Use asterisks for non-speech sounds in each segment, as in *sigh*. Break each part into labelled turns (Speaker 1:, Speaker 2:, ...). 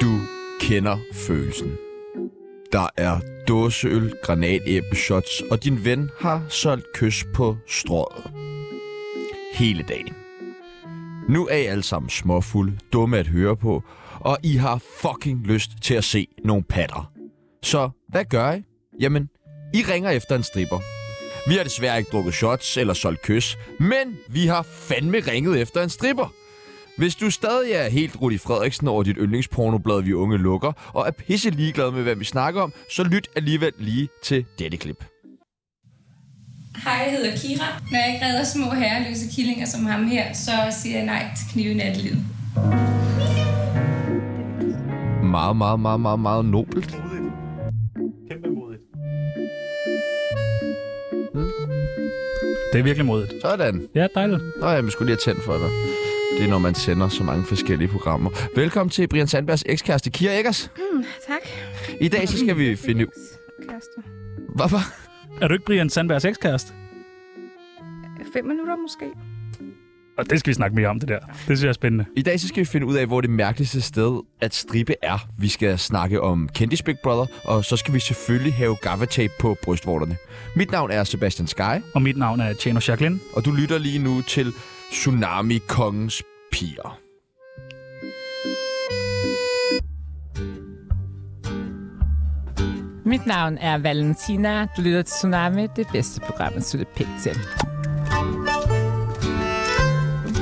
Speaker 1: Du kender følelsen. Der er dåseøl, granatæbleshots, og din ven har solgt kys på strået. Hele dagen. Nu er I alle sammen småfulde, dumme at høre på, og I har fucking lyst til at se nogle patter. Så hvad gør I? Jamen, I ringer efter en stripper. Vi har desværre ikke drukket shots eller solgt kys, men vi har fandme ringet efter en stripper. Hvis du stadig er helt Rudi Frederiksen over dit yndlingspornoblad, vi unge lukker, og er pisse ligeglad med, hvad vi snakker om, så lyt alligevel lige til dette klip.
Speaker 2: Hej, jeg hedder Kira. Når jeg ikke redder små herreløse killinger som ham her, så siger jeg nej til knive i nattelivet.
Speaker 1: Meget, meget, meget, meget, meget nobelt.
Speaker 3: Modigt. Kæmpe modigt.
Speaker 4: Det er virkelig modigt.
Speaker 1: Sådan.
Speaker 4: Ja, dejligt.
Speaker 1: Nå, jeg skulle lige have tændt for dig. Det er, når man sender så mange forskellige programmer. Velkommen til Brian Sandbergs ekskæreste Kira Eggers.
Speaker 2: Tak.
Speaker 1: I dag så skal vi finde...
Speaker 2: Kæreste.
Speaker 1: Hvad var?
Speaker 4: Er du ikke Brian Sandbergs ekskæreste?
Speaker 2: Fem minutter måske.
Speaker 4: Og det skal vi snakke mere om, det der. Det synes jeg er spændende.
Speaker 1: I dag så skal vi finde ud af, hvor det mærkeligste sted at stribe er. Vi skal snakke om Candice Big Brother, og så skal vi selvfølgelig have gaffatape på brystvorterne. Mit navn er Sebastian Sky,
Speaker 4: Og mit navn er Tjano Jacqueline.
Speaker 1: og du lytter lige nu til Tsunami Kongens Piger.
Speaker 5: Mit navn er Valentina. Du lytter til Tsunami, det bedste program, at slutte pænt til.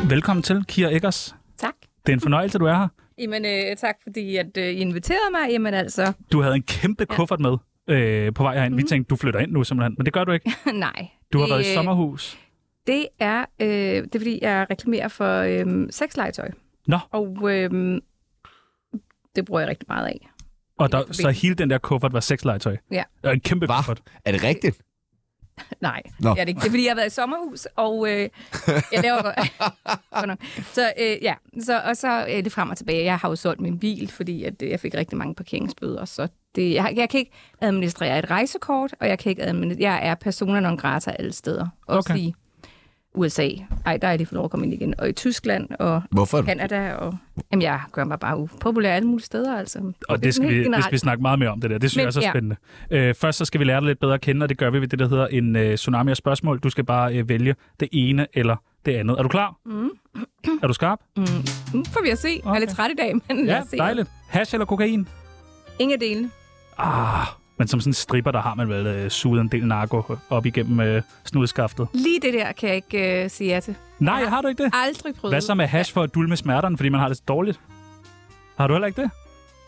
Speaker 4: Velkommen til, Kira Eggers.
Speaker 6: Tak.
Speaker 4: Det er en fornøjelse, du er her.
Speaker 6: Jamen, øh, tak fordi at, øh, I inviterede mig. Jamen altså, *laughs*
Speaker 4: Du havde en kæmpe kuffert med øh, på vej herind. Mm-hmm. Vi tænkte, du flytter ind nu simpelthen, men det gør du ikke.
Speaker 6: nej.
Speaker 4: Du har
Speaker 6: det,
Speaker 4: været i
Speaker 6: øh,
Speaker 4: sommerhus.
Speaker 6: Det er, øh, det er fordi, jeg reklamerer for øh, sexlegetøj.
Speaker 4: Nå.
Speaker 6: Og øh, det bruger jeg rigtig meget af.
Speaker 4: Og der,
Speaker 6: øh,
Speaker 4: så hele den der kuffert var sexlegetøj.
Speaker 6: Ja.
Speaker 4: Og en kæmpe
Speaker 1: Hva?
Speaker 4: kuffert.
Speaker 1: Er det rigtigt?
Speaker 6: Nej,
Speaker 1: Nå.
Speaker 6: det er det ikke. Det er fordi, jeg har været i sommerhus, og øh, jeg laver godt.
Speaker 4: *laughs*
Speaker 6: Godt nok. så øh, ja, så, og så øh, det frem og tilbage. Jeg har jo solgt min bil, fordi at, øh, jeg fik rigtig mange parkeringsbøder. Så det, jeg, har- jeg kan ikke administrere et rejsekort, og jeg kan ikke administrere... Jeg er persona non grata alle steder. Også
Speaker 4: Okay.
Speaker 6: okay. i USA. Ej, der er de for lov at komme ind igen. Og i Tyskland, og
Speaker 1: Hvorfor?
Speaker 6: Kanada, og... Jamen, jeg gør mig bare upopulær alle mulige steder, altså.
Speaker 4: Og det skal
Speaker 6: Helt
Speaker 4: vi, det skal vi snakke meget mere om, det der. Det synes
Speaker 6: Men-
Speaker 4: jeg også er
Speaker 6: ja.
Speaker 4: spændende. Øh, først så skal vi lære dig lidt bedre at kende, og det gør vi ved det, der hedder en øh, tsunami af spørgsmål. Du skal bare øh, vælge det ene eller det andet. Er du klar? Mm. *clears throat* er du skarp?
Speaker 6: Mm, får vi at se. Okay. Jeg er lidt
Speaker 4: Okay.
Speaker 6: træt i dag, men lad
Speaker 4: ja,
Speaker 6: os se.
Speaker 4: dejligt. Hash eller kokain?
Speaker 6: Ingen af delene.
Speaker 4: Ah, men som sådan en stripper, der har man vel øh, suget en del narko op igennem øh, snudskaftet.
Speaker 6: Lige det der kan jeg ikke øh, sige ja til.
Speaker 4: Nej, har du ikke det?
Speaker 6: Aldrig prøvet.
Speaker 4: Hvad så med hash for at dulme smerterne, fordi man har det så dårligt? Har du heller ikke det?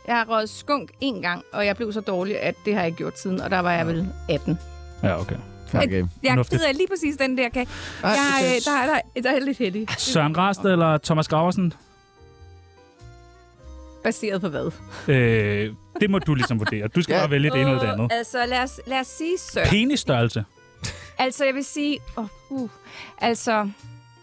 Speaker 6: Jeg har røget skunk en gang, og jeg blev så dårlig, at det har jeg ikke gjort siden, og der var jeg vel 18.
Speaker 4: Ja, okay.
Speaker 1: Okay.
Speaker 6: Jeg er
Speaker 4: Fornuftigt.
Speaker 6: ked af lige præcis den der kage. Jeg, øh, der, er- der, er- der er lidt heldig.
Speaker 4: Søren Rast eller Thomas Graversen?
Speaker 6: Baseret på hvad?
Speaker 4: Øh, det må du ligesom vurdere. Du skal
Speaker 1: Ja.
Speaker 4: ja. bare vælge det ene eller det andet.
Speaker 6: Altså, lad os, lad os sige så.
Speaker 4: Penisstørrelse.
Speaker 6: Altså, jeg vil sige... Oh, uh, altså,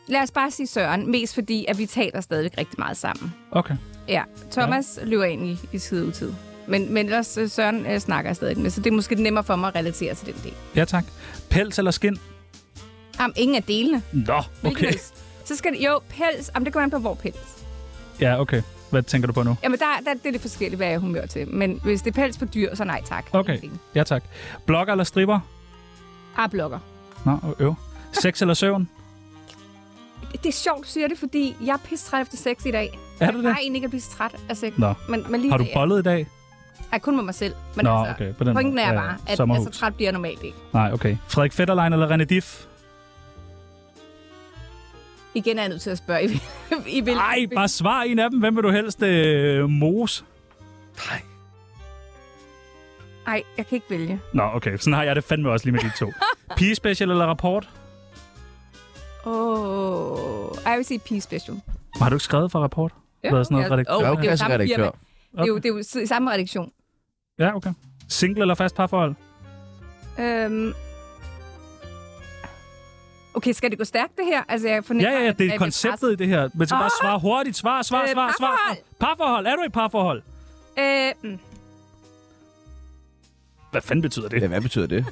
Speaker 6: lad os bare sige Søren, mest fordi, at vi taler stadigvæk rigtig meget sammen.
Speaker 4: Okay.
Speaker 6: Ja, Thomas ja. løber ind i, i skide utid. Men, men ellers, øh, Søren øh, snakker jeg stadig med, så det er måske nemmere for mig at relatere til den del.
Speaker 4: Ja, tak. Pels eller skin?
Speaker 6: Jamen, ingen af delene.
Speaker 4: Nå,
Speaker 6: Hvilken
Speaker 4: okay.
Speaker 6: helst. Så skal det, jo, pels. Jamen, det kommer an på, hvor pels.
Speaker 4: *laughs* Ja, okay. Hvad tænker du på nu?
Speaker 6: Jamen, der, der, det er lidt forskelligt, hvad jeg er i humør til. Men hvis det er pels på dyr, så nej tak.
Speaker 4: Okay. Ja, tak. Blogger eller stripper?
Speaker 6: Ah, blokker.
Speaker 4: Nå, øv. Sex eller søvn?
Speaker 6: Det er sjovt, du siger det, fordi jeg er pisse træt efter sex i dag.
Speaker 4: Er du
Speaker 6: Jeg
Speaker 4: det?
Speaker 6: har egentlig ikke at blive så træt af sex.
Speaker 4: Nå.
Speaker 6: Men, men lige
Speaker 4: Har du
Speaker 6: det,
Speaker 4: bollet i dag?
Speaker 6: Jeg kun med mig selv. Men
Speaker 4: Nå,
Speaker 6: altså,
Speaker 4: okay, på den
Speaker 6: pointen
Speaker 4: måde.
Speaker 6: er
Speaker 4: Ja,
Speaker 6: bare, at
Speaker 4: sommerhus.
Speaker 6: altså, træt bliver jeg normalt ikke.
Speaker 4: Nej, okay. Frederik Fetterlein eller René Diff?
Speaker 6: Igen er jeg nødt til at spørge, *laughs* I, I vil...
Speaker 4: Nej, bare svar en af dem. Hvem vil du helst? Øh, mos?
Speaker 6: Ej, jeg kan ikke vælge.
Speaker 4: Nå, okay. Sådan har jeg det fandme også lige med de
Speaker 1: *laughs*
Speaker 4: to. Pigespecial eller rapport?
Speaker 6: Åh, oh, jeg vil sige pige special.
Speaker 4: Har du ikke skrevet for rapport? Været sådan noget
Speaker 6: jeg-
Speaker 1: Ja, Oh,
Speaker 6: åh, det er jo
Speaker 4: redaktør?
Speaker 1: okay, så
Speaker 6: samme firma.
Speaker 1: redaktør.
Speaker 6: Det er jo, det er jo s- samme redaktion.
Speaker 4: Ja, okay. Single eller fast parforhold?
Speaker 6: Øhm. Okay, skal det gå stærkt, det her? Altså, jeg fornemmer,
Speaker 4: Ja, ja, ja,
Speaker 6: at-
Speaker 4: det
Speaker 6: at
Speaker 4: er
Speaker 6: jeg
Speaker 4: konceptet i det her. Men så bare svare hurtigt. Svar, svar,
Speaker 6: Øh,
Speaker 4: svar, svar.
Speaker 6: parforhold.
Speaker 4: Parforhold. Er du i parforhold?
Speaker 6: presser. Øh, mm.
Speaker 4: Hvad fanden betyder det?
Speaker 1: Ja, hvad betyder det?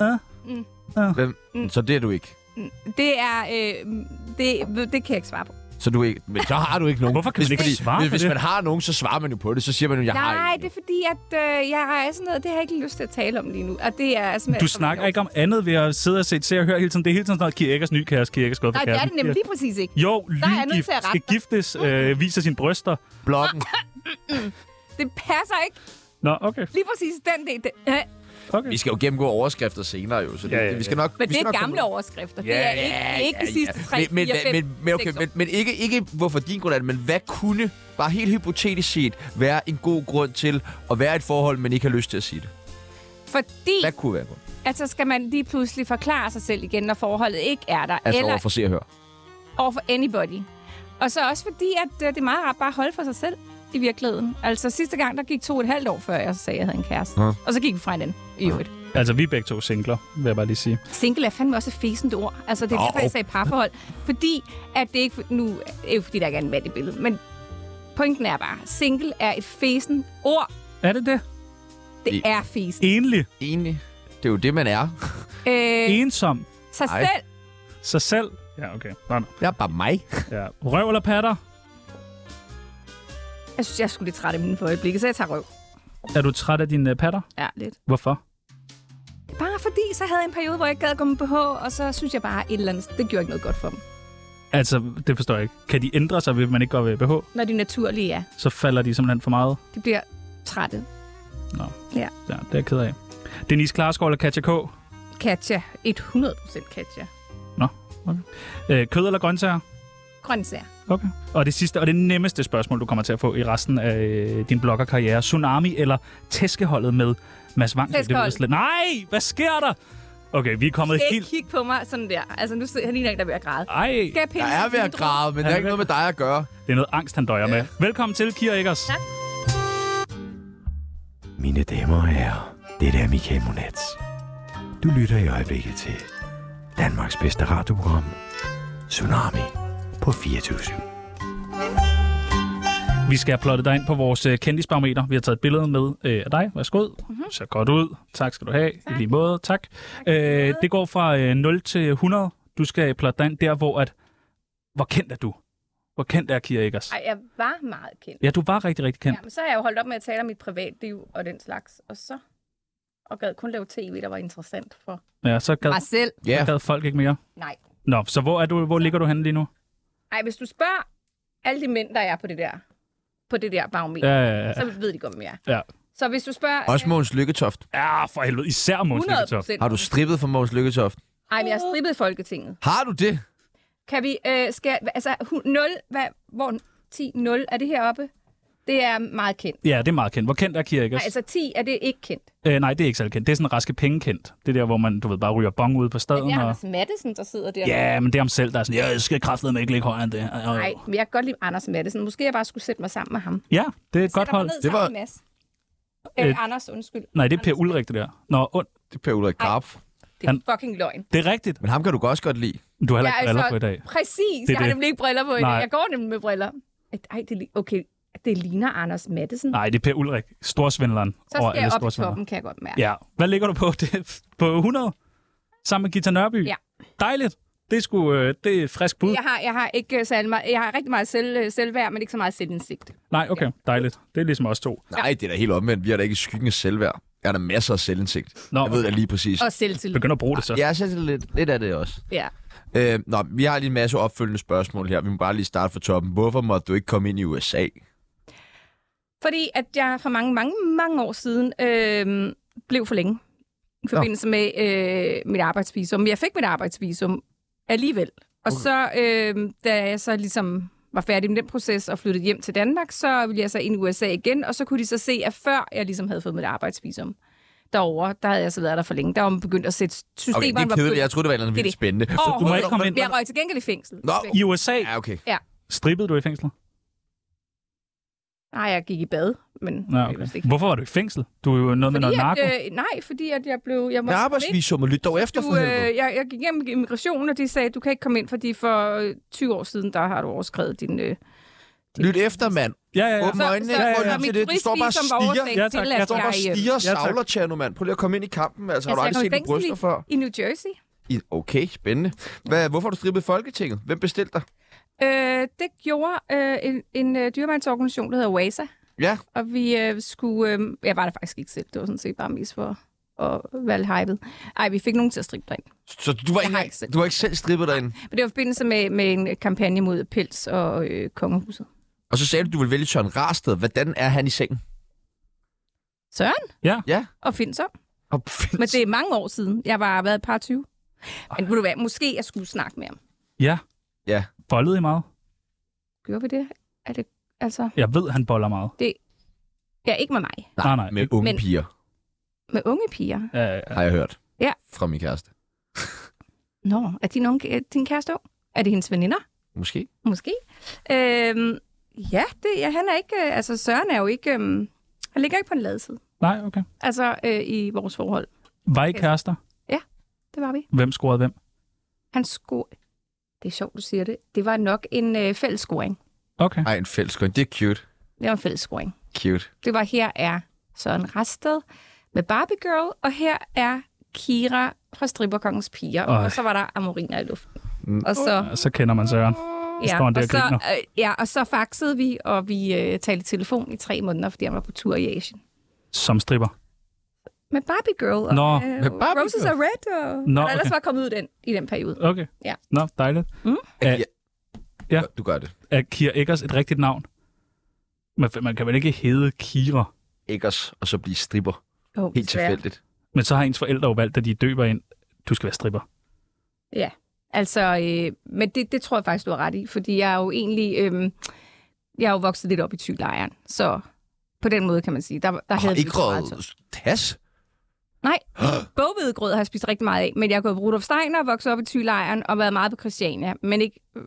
Speaker 4: Ah.
Speaker 6: Mm.
Speaker 4: Ah.
Speaker 1: Hvem?
Speaker 6: Mm.
Speaker 1: Så det er du ikke.
Speaker 6: Det er... Øh, det, det kan jeg ikke svare på.
Speaker 1: Så du er ikke, men så har du ikke nogen.
Speaker 4: Hvorfor kan man ikke svare
Speaker 1: hvis,
Speaker 4: på
Speaker 1: hvis
Speaker 4: det?
Speaker 1: man har nogen, så svarer man jo på det. Så siger man jo, jeg har
Speaker 6: Nej,
Speaker 1: ikke.
Speaker 6: det er fordi, at øh, jeg er sådan noget, det har jeg ikke lyst til at tale om lige nu. Og det er altså...
Speaker 4: Du snakker ikke om andet ved at sidde og se, se og høre hele tiden. Det er hele tiden sådan noget, Kirkers ny kæreste, Kirkers gået for
Speaker 6: Nej, det er
Speaker 4: kæresten.
Speaker 6: det nemlig lige præcis ikke.
Speaker 4: Jo,
Speaker 6: Der er jeg nødt
Speaker 4: lyngift
Speaker 6: til at rette
Speaker 4: skal
Speaker 6: dig.
Speaker 4: giftes, øh, viser sine bryster.
Speaker 1: Blokken.
Speaker 6: Det passer ikke
Speaker 4: Nå, okay.
Speaker 6: lige præcis den del. Det, øh,
Speaker 4: okay.
Speaker 1: Vi skal jo gennemgå overskrifter senere, jo. Så det,
Speaker 4: Ja,
Speaker 1: ja,
Speaker 4: ja,
Speaker 1: ja.
Speaker 4: ja.
Speaker 1: vi skal nok...
Speaker 6: men
Speaker 1: vi
Speaker 6: det
Speaker 1: skal
Speaker 6: er
Speaker 1: nok
Speaker 6: gamle
Speaker 1: komme-
Speaker 6: overskrifter. Det er ikke, ikke de sidste 3,
Speaker 1: men, men,
Speaker 6: 4, 5,
Speaker 1: men, men, okay, men, men ikke, ikke hvorfor din grund er det, men hvad kunne, bare helt hypotetisk set, være en god grund til at være i et forhold, men ikke har lyst til at sige det?
Speaker 6: Fordi
Speaker 1: Hvad kunne være en grund?
Speaker 6: at så skal man lige pludselig forklare sig selv igen, når forholdet ikke er der.
Speaker 1: Altså
Speaker 6: eller
Speaker 1: overfor se og høre.
Speaker 6: over for anybody. Og så også fordi, at øh, det er meget rart bare at holde for sig selv i virkeligheden. Altså sidste gang, der gik to og et halvt år, før jeg sagde, at jeg havde en kæreste.
Speaker 1: Ja.
Speaker 6: Ja. Og så gik vi fra hinanden i øvrigt.
Speaker 4: Altså, vi er begge to singler, vil jeg bare lige sige.
Speaker 6: Single er fandme også et fæsendt ord. Altså, det er
Speaker 1: Nå.
Speaker 6: oh. derfor, jeg sagde parforhold. Fordi, at det ikke... Nu er det jo, fordi der ikke er en mand i billedet, men pointen er bare, single er et fæsendt ord.
Speaker 4: Er det det?
Speaker 6: Det
Speaker 1: I-
Speaker 6: er fæsendt.
Speaker 4: Enlig.
Speaker 1: Egentlig, det er jo det, man er.
Speaker 6: Øh,
Speaker 4: Ensom.
Speaker 6: sig
Speaker 1: Ej.
Speaker 6: selv.
Speaker 4: Sig selv. Ja, okay. Nå, nå.
Speaker 1: Jeg er bare mig.
Speaker 4: Ja. Røv eller patter?
Speaker 6: Jeg synes, jeg skulle lidt træt af mine for øjeblikket, så jeg tager røv.
Speaker 4: Er du træt af dine øh, patter?
Speaker 6: Ja, lidt.
Speaker 4: Hvorfor?
Speaker 6: Bare fordi, så havde jeg en periode, hvor jeg ikke gad at gå med BH, og så synes jeg bare et eller andet... Det gjorde ikke noget godt for dem.
Speaker 4: Altså, det forstår jeg ikke. Kan de ændre sig, hvis man ikke går ved BH?
Speaker 6: Når de naturlige er.
Speaker 4: Så falder de simpelthen for meget.
Speaker 6: De bliver trætte.
Speaker 4: Ja, det er jeg ked af. Denise Klarskov eller Katja K?
Speaker 6: Katja. 100% Katja.
Speaker 4: Øh, kød eller grøntsager?
Speaker 6: Grøntsager.
Speaker 4: Okay. Og det sidste og det nemmeste spørgsmål, du kommer til at få i resten af øh, din bloggerkarriere. Tsunami eller tæskeholdet med Mads Wang? Det ved jeg
Speaker 6: Tæskeholdet.
Speaker 4: slet... Nej! Hvad sker der? Okay, vi er kommet
Speaker 6: Ikke
Speaker 4: helt...
Speaker 6: kig på mig sådan der. Altså, nu sidder jeg lige der, er ved at græde.
Speaker 4: Ej,
Speaker 6: Skal jeg pille
Speaker 1: Jeg er ved at
Speaker 6: min
Speaker 1: græde, men det
Speaker 4: Er
Speaker 1: har
Speaker 4: det
Speaker 1: ikke noget med dig at gøre.
Speaker 4: det er noget angst, han døjer med. Velkommen til, Kira Eggers.
Speaker 6: Tak.
Speaker 7: Mine damer og herrer, det er Michael Monats. Du lytter i øjeblikket til Danmarks bedste radioprogram, Tsunami på 24
Speaker 4: Vi skal have plottet dig ind på vores øh, kendisbarometer. Vi har taget et billede med øh, af dig. Værsgo.
Speaker 6: Mhm.
Speaker 4: Mm-hmm. Så godt ud. Tak skal du have. Tak. I lige måde. Tak. Øh, det går fra øh, 0 til 100. Du skal plotte dig ind der, hvor at... Hvor kendt er du? Hvor kendt er Kira Eggers?
Speaker 6: Ej, jeg var meget kendt.
Speaker 4: Ja, du var rigtig, rigtig kendt.
Speaker 6: Ja, men så har jeg jo holdt op med at tale om mit privatliv og den slags. Og så og gad kun lave tv, der var interessant for
Speaker 4: Ja, ja så gad,
Speaker 6: mig selv.
Speaker 1: Ja,
Speaker 4: gad folk ikke mere.
Speaker 6: Nej.
Speaker 4: Nå, så hvor, er du, hvor ligger du henne lige nu?
Speaker 6: Ej, hvis du spørger alle de mænd, der er på det der, på det der barometer,
Speaker 4: Ja,
Speaker 6: ja.
Speaker 4: ja, ja.
Speaker 6: så ved de godt, hvem jeg er.
Speaker 4: Ja.
Speaker 6: Så hvis du spørger...
Speaker 1: også Måns Lykketoft.
Speaker 4: ja for helvede. Især Måns
Speaker 6: 100
Speaker 4: Lykketoft.
Speaker 6: procent.
Speaker 1: Har du strippet for Måns Lykketoft?
Speaker 6: Ej, men jeg har strippet Folketinget.
Speaker 1: Har du det?
Speaker 6: Kan vi... Øh, skal, altså, hu- 0... Hvad, hvor... 10, 0, er det heroppe? Det er meget kendt.
Speaker 4: Ja, det er meget kendt. Hvor kendt er Kira Eggers?
Speaker 6: Nej, altså 10 er det ikke kendt.
Speaker 4: øh, nej, det er ikke særlig kendt. Det er sådan raske penge kendt. Det er der, hvor man, du ved, bare ryger bong ude på
Speaker 6: Det
Speaker 4: staden.
Speaker 6: er
Speaker 4: og...
Speaker 6: Anders Mattesen, der sidder der.
Speaker 4: Ja, men det er ham selv, der er sådan, "Ja, jeg skal kraftedeme ikke ligge højere end det. Og-
Speaker 6: Nej, men jeg kan godt lide Anders Mattesen. Måske jeg bare skulle sætte mig sammen med ham.
Speaker 4: Ja, det er et godt
Speaker 6: Sætter mig
Speaker 4: hold.
Speaker 6: ned
Speaker 1: Det var-
Speaker 6: sammen med Mads. Øh,
Speaker 4: Øh,
Speaker 6: Anders, undskyld.
Speaker 4: Nej, det er Per Ulrik, det der. Nå, und.
Speaker 1: Det er Per Ulrik Karpf.
Speaker 6: Det er
Speaker 4: han-
Speaker 6: fucking løgn.
Speaker 4: det er rigtigt.
Speaker 1: Men ham kan du også godt lide.
Speaker 4: Du har heller
Speaker 6: Jeg
Speaker 4: ikke
Speaker 6: er
Speaker 4: briller
Speaker 6: så-
Speaker 4: på i dag.
Speaker 6: Præcis,
Speaker 4: er
Speaker 6: jeg har
Speaker 4: det.
Speaker 6: nemlig ikke briller på i
Speaker 4: Nej.
Speaker 6: dag. Jeg går nemlig med briller. Ej, det, li- okay, det ligner Anders Mattesen.
Speaker 4: Nej, det er Per Ulrik. Storsvindleren.
Speaker 6: Så
Speaker 4: over
Speaker 6: skal jeg
Speaker 4: alle
Speaker 6: op i
Speaker 4: storsvindlere.
Speaker 6: toppen, kan jeg godt mærke.
Speaker 4: Ja. Hvad ligger du på? Det er på 100? Sammen med Gita Nørby?
Speaker 6: Ja.
Speaker 4: Dejligt. Det er, sgu, øh, det er et frisk bud.
Speaker 6: Jeg har, jeg har ikke særlig meget, jeg har rigtig meget selv, selvværd, men ikke så meget selvindsigt.
Speaker 4: Nej, okay. Dejligt. Det er ligesom os to.
Speaker 1: Nej, det er da helt omvendt. Vi har da ikke i skyggen af selvværd. Jeg har da masser af selvindsigt.
Speaker 4: Nå,
Speaker 1: jeg ved da lige præcis.
Speaker 6: Og selvtillid.
Speaker 4: Begynder at bruge det så.
Speaker 1: Jeg er selv lidt, lidt af det også.
Speaker 6: Ja.
Speaker 1: Øh, nå, vi har lige en masse opfølgende spørgsmål her. Vi må bare lige starte fra toppen. Hvorfor måtte du ikke komme ind i USA?
Speaker 6: Fordi at jeg for mange, mange, mange år siden øh, blev for længe i forbindelse med øh, mit arbejdsvisum. Men jeg fik mit arbejdsvisum alligevel. Og okay. så, øh, da jeg så ligesom var færdig med den proces og flyttede hjem til Danmark, så ville jeg så ind i USA igen, og så kunne de så se, at før jeg ligesom havde fået mit arbejdsvisum derovre, der havde jeg så været der for længe. Der var man begyndt at sætte
Speaker 1: Okay,
Speaker 6: systemerne...
Speaker 1: det er kedeligt. Jeg troede, det var et eller andet
Speaker 6: Det
Speaker 1: vildt
Speaker 6: er det.
Speaker 1: spændende.
Speaker 6: Så
Speaker 4: Du må ikke komme ind.
Speaker 6: Men jeg røg til gengæld i fængsel.
Speaker 1: Nå.
Speaker 4: I USA
Speaker 1: Ja, okay.
Speaker 4: strippede du i fængsel?
Speaker 6: Nej, jeg gik i bad, men...
Speaker 4: Nå, okay. Hvorfor var du i fængsel? Du er jo noget med noget narko.
Speaker 6: Fordi at, øh, nej, fordi at jeg blev... Jeg
Speaker 1: Men
Speaker 6: måtte
Speaker 1: arbejdsvisummet, lyt dog efter for
Speaker 6: du,
Speaker 1: helvede.
Speaker 6: øh, jeg, jeg gik igennem immigration, og de sagde, at du kan ikke komme ind, fordi for øh, 20 år siden, der har du overskrevet din, øh,
Speaker 1: Lyt efter, mand.
Speaker 4: Ja, ja, ja.
Speaker 1: Åbn
Speaker 6: Så-
Speaker 1: øjnene.
Speaker 6: så-
Speaker 1: Ja,
Speaker 4: så
Speaker 1: ja,
Speaker 4: mit
Speaker 1: ja. Du står bare og
Speaker 6: turistvisum
Speaker 1: stiger.
Speaker 6: var oversendt
Speaker 4: Ja,
Speaker 6: til,
Speaker 4: tak.
Speaker 6: at
Speaker 4: Jeg tror
Speaker 1: står bare og
Speaker 6: jeg, øh,
Speaker 1: stiger og
Speaker 4: Ja, tak.
Speaker 1: savler, Tjerno, mand. Prøv lige at komme ind i kampen. Altså, har du
Speaker 6: jeg
Speaker 1: aldrig
Speaker 6: kom i
Speaker 1: set de
Speaker 6: fængsel
Speaker 1: bryster før?
Speaker 6: I New Jersey.
Speaker 1: I- Okay, spændende. Hvad, hvorfor har du strippet Folketinget? Hvem bestilte dig?
Speaker 6: Øh, det gjorde øh, en, en øh, dyreværnsorganisation, der hedder WASA.
Speaker 1: Ja.
Speaker 6: Og vi øh, skulle... Øh, jeg var der faktisk ikke selv. Det var sådan set bare mest for at være hypet. Ej, vi fik nogen til at strippe derind.
Speaker 1: Så du var, ikke,
Speaker 6: har
Speaker 1: ikke
Speaker 6: ikke selv.
Speaker 1: du var ikke selv strippet derinde.
Speaker 6: Men det var i forbindelse med, med en kampagne mod pels og øh, kongehuset.
Speaker 1: Og så sagde du, du ville vælge Søren Rarsted. Hvordan er han i sengen?
Speaker 6: Søren?
Speaker 4: Ja.
Speaker 1: Ja.
Speaker 6: Og find så.
Speaker 1: Og findes-
Speaker 6: Men det er mange år siden. Jeg var været et par 20. Men ved du hvad, måske jeg skulle snakke med ham.
Speaker 4: Ja.
Speaker 1: Ja.
Speaker 4: Bollede I meget?
Speaker 6: Gjorde vi det? Er det altså...
Speaker 4: Jeg ved, han boller meget.
Speaker 6: Ja, ikke med mig.
Speaker 4: Nej, nej.
Speaker 1: *laughs* Med unge
Speaker 6: Men-
Speaker 1: piger,
Speaker 6: Med unge piger.
Speaker 4: Ja, ja, ja.
Speaker 1: har jeg hørt.
Speaker 6: Ja.
Speaker 1: Fra min kæreste.
Speaker 6: Nå, er din, unge, er din kæreste ung? Er det hendes veninder?
Speaker 1: Måske.
Speaker 6: Måske. Øhm, ja, det, ja, han er ikke... øh, Altså, Søren er jo ikke... Øhm, han ligger ikke på en ladeside.
Speaker 4: Nej, okay.
Speaker 6: Altså, øh, i vores forhold.
Speaker 4: Var I kærester?
Speaker 6: Det var vi.
Speaker 4: Hvem scorede hvem?
Speaker 6: Han sko... Det er sjovt, du siger det. Det var nok en øh, fællescoring.
Speaker 4: Okay.
Speaker 1: Ej, en fællesskøn. Det er cute.
Speaker 6: Det var en fællescoring.
Speaker 1: Cute.
Speaker 6: Det var her er Søren Rasted med Barbie Girl, og her er Kira fra Stripperkongens Piger.
Speaker 4: Ej.
Speaker 6: Og så var der amoriner i luften. Og så,
Speaker 4: Ja, Så kender man Søren.
Speaker 6: ja,
Speaker 4: står han der
Speaker 6: og
Speaker 4: og
Speaker 6: så,
Speaker 4: griner.
Speaker 6: øh, ja, og så faxede vi, og vi øh, talte i telefon i tre måneder, fordi han var på tur i Asien.
Speaker 4: Som stripper.
Speaker 6: Med Barbie Girl og
Speaker 4: Nå,
Speaker 6: øh,
Speaker 1: med Barbie
Speaker 6: Roses
Speaker 1: Girl.
Speaker 6: Are Red, og
Speaker 4: Nå,
Speaker 6: Nå, okay.
Speaker 4: okay.
Speaker 6: ellers var kommet ud i den, i den periode.
Speaker 4: Okay.
Speaker 6: Ja.
Speaker 4: Nå, dejligt. Mm.
Speaker 1: Ja.
Speaker 4: Er, Ja.
Speaker 1: Du gør det.
Speaker 4: er Kira Eggers et rigtigt navn? Man, man kan vel ikke hedde Kira?
Speaker 1: Ikke os, og så blive stripper.
Speaker 6: Oh,
Speaker 1: Helt tilfældigt.
Speaker 4: Men så har ens forældre jo valgt, at de døber ind. Du skal være stripper.
Speaker 6: Ja, altså, øh, men det, det tror jeg faktisk, du har ret i, fordi jeg er jo egentlig, øh, jeg er jo vokset lidt op i tylejren, så på den måde kan man sige, der, der
Speaker 1: Og har
Speaker 6: havde vi
Speaker 1: ikke
Speaker 6: så meget tøj.
Speaker 1: røget tas?
Speaker 6: Nej, boghvedegrød har jeg spist rigtig meget af, men jeg er gået på Rudolf Steiner, vokset op i tylejren og været meget på Christiania, men ikke... Øh,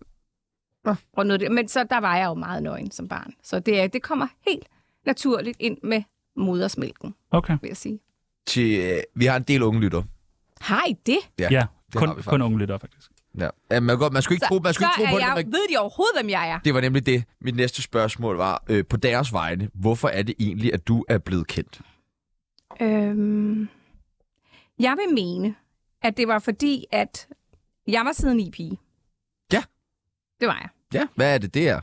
Speaker 6: og noget, af det- men så der var jeg jo meget nøgen som barn, så det, er- det kommer helt naturligt ind med modersmælken,
Speaker 4: Okay.
Speaker 6: vil jeg sige.
Speaker 1: Til, øh, vi har en del unge lytter.
Speaker 6: Har I det?
Speaker 4: Ja,
Speaker 1: Ja,
Speaker 4: ja
Speaker 1: det har
Speaker 4: kun,
Speaker 1: vi
Speaker 4: kun
Speaker 1: faktisk.
Speaker 4: unge lytter, faktisk.
Speaker 1: Ja. ja man, kan godt, man skulle ikke tro, man skulle
Speaker 6: så
Speaker 1: ikke tro på
Speaker 6: er
Speaker 1: det.
Speaker 6: jeg,
Speaker 1: når man-
Speaker 6: ved de overhovedet, hvem jeg er?
Speaker 1: Det var nemlig det. Mit næste spørgsmål var, øh, på deres vegne, hvorfor er det egentlig, at du er blevet kendt?
Speaker 6: Øhm, jeg vil mene, at det var fordi, at jeg var siden i pige.
Speaker 1: Ja.
Speaker 6: Det var jeg.
Speaker 1: Ja. Hvad er det, det er?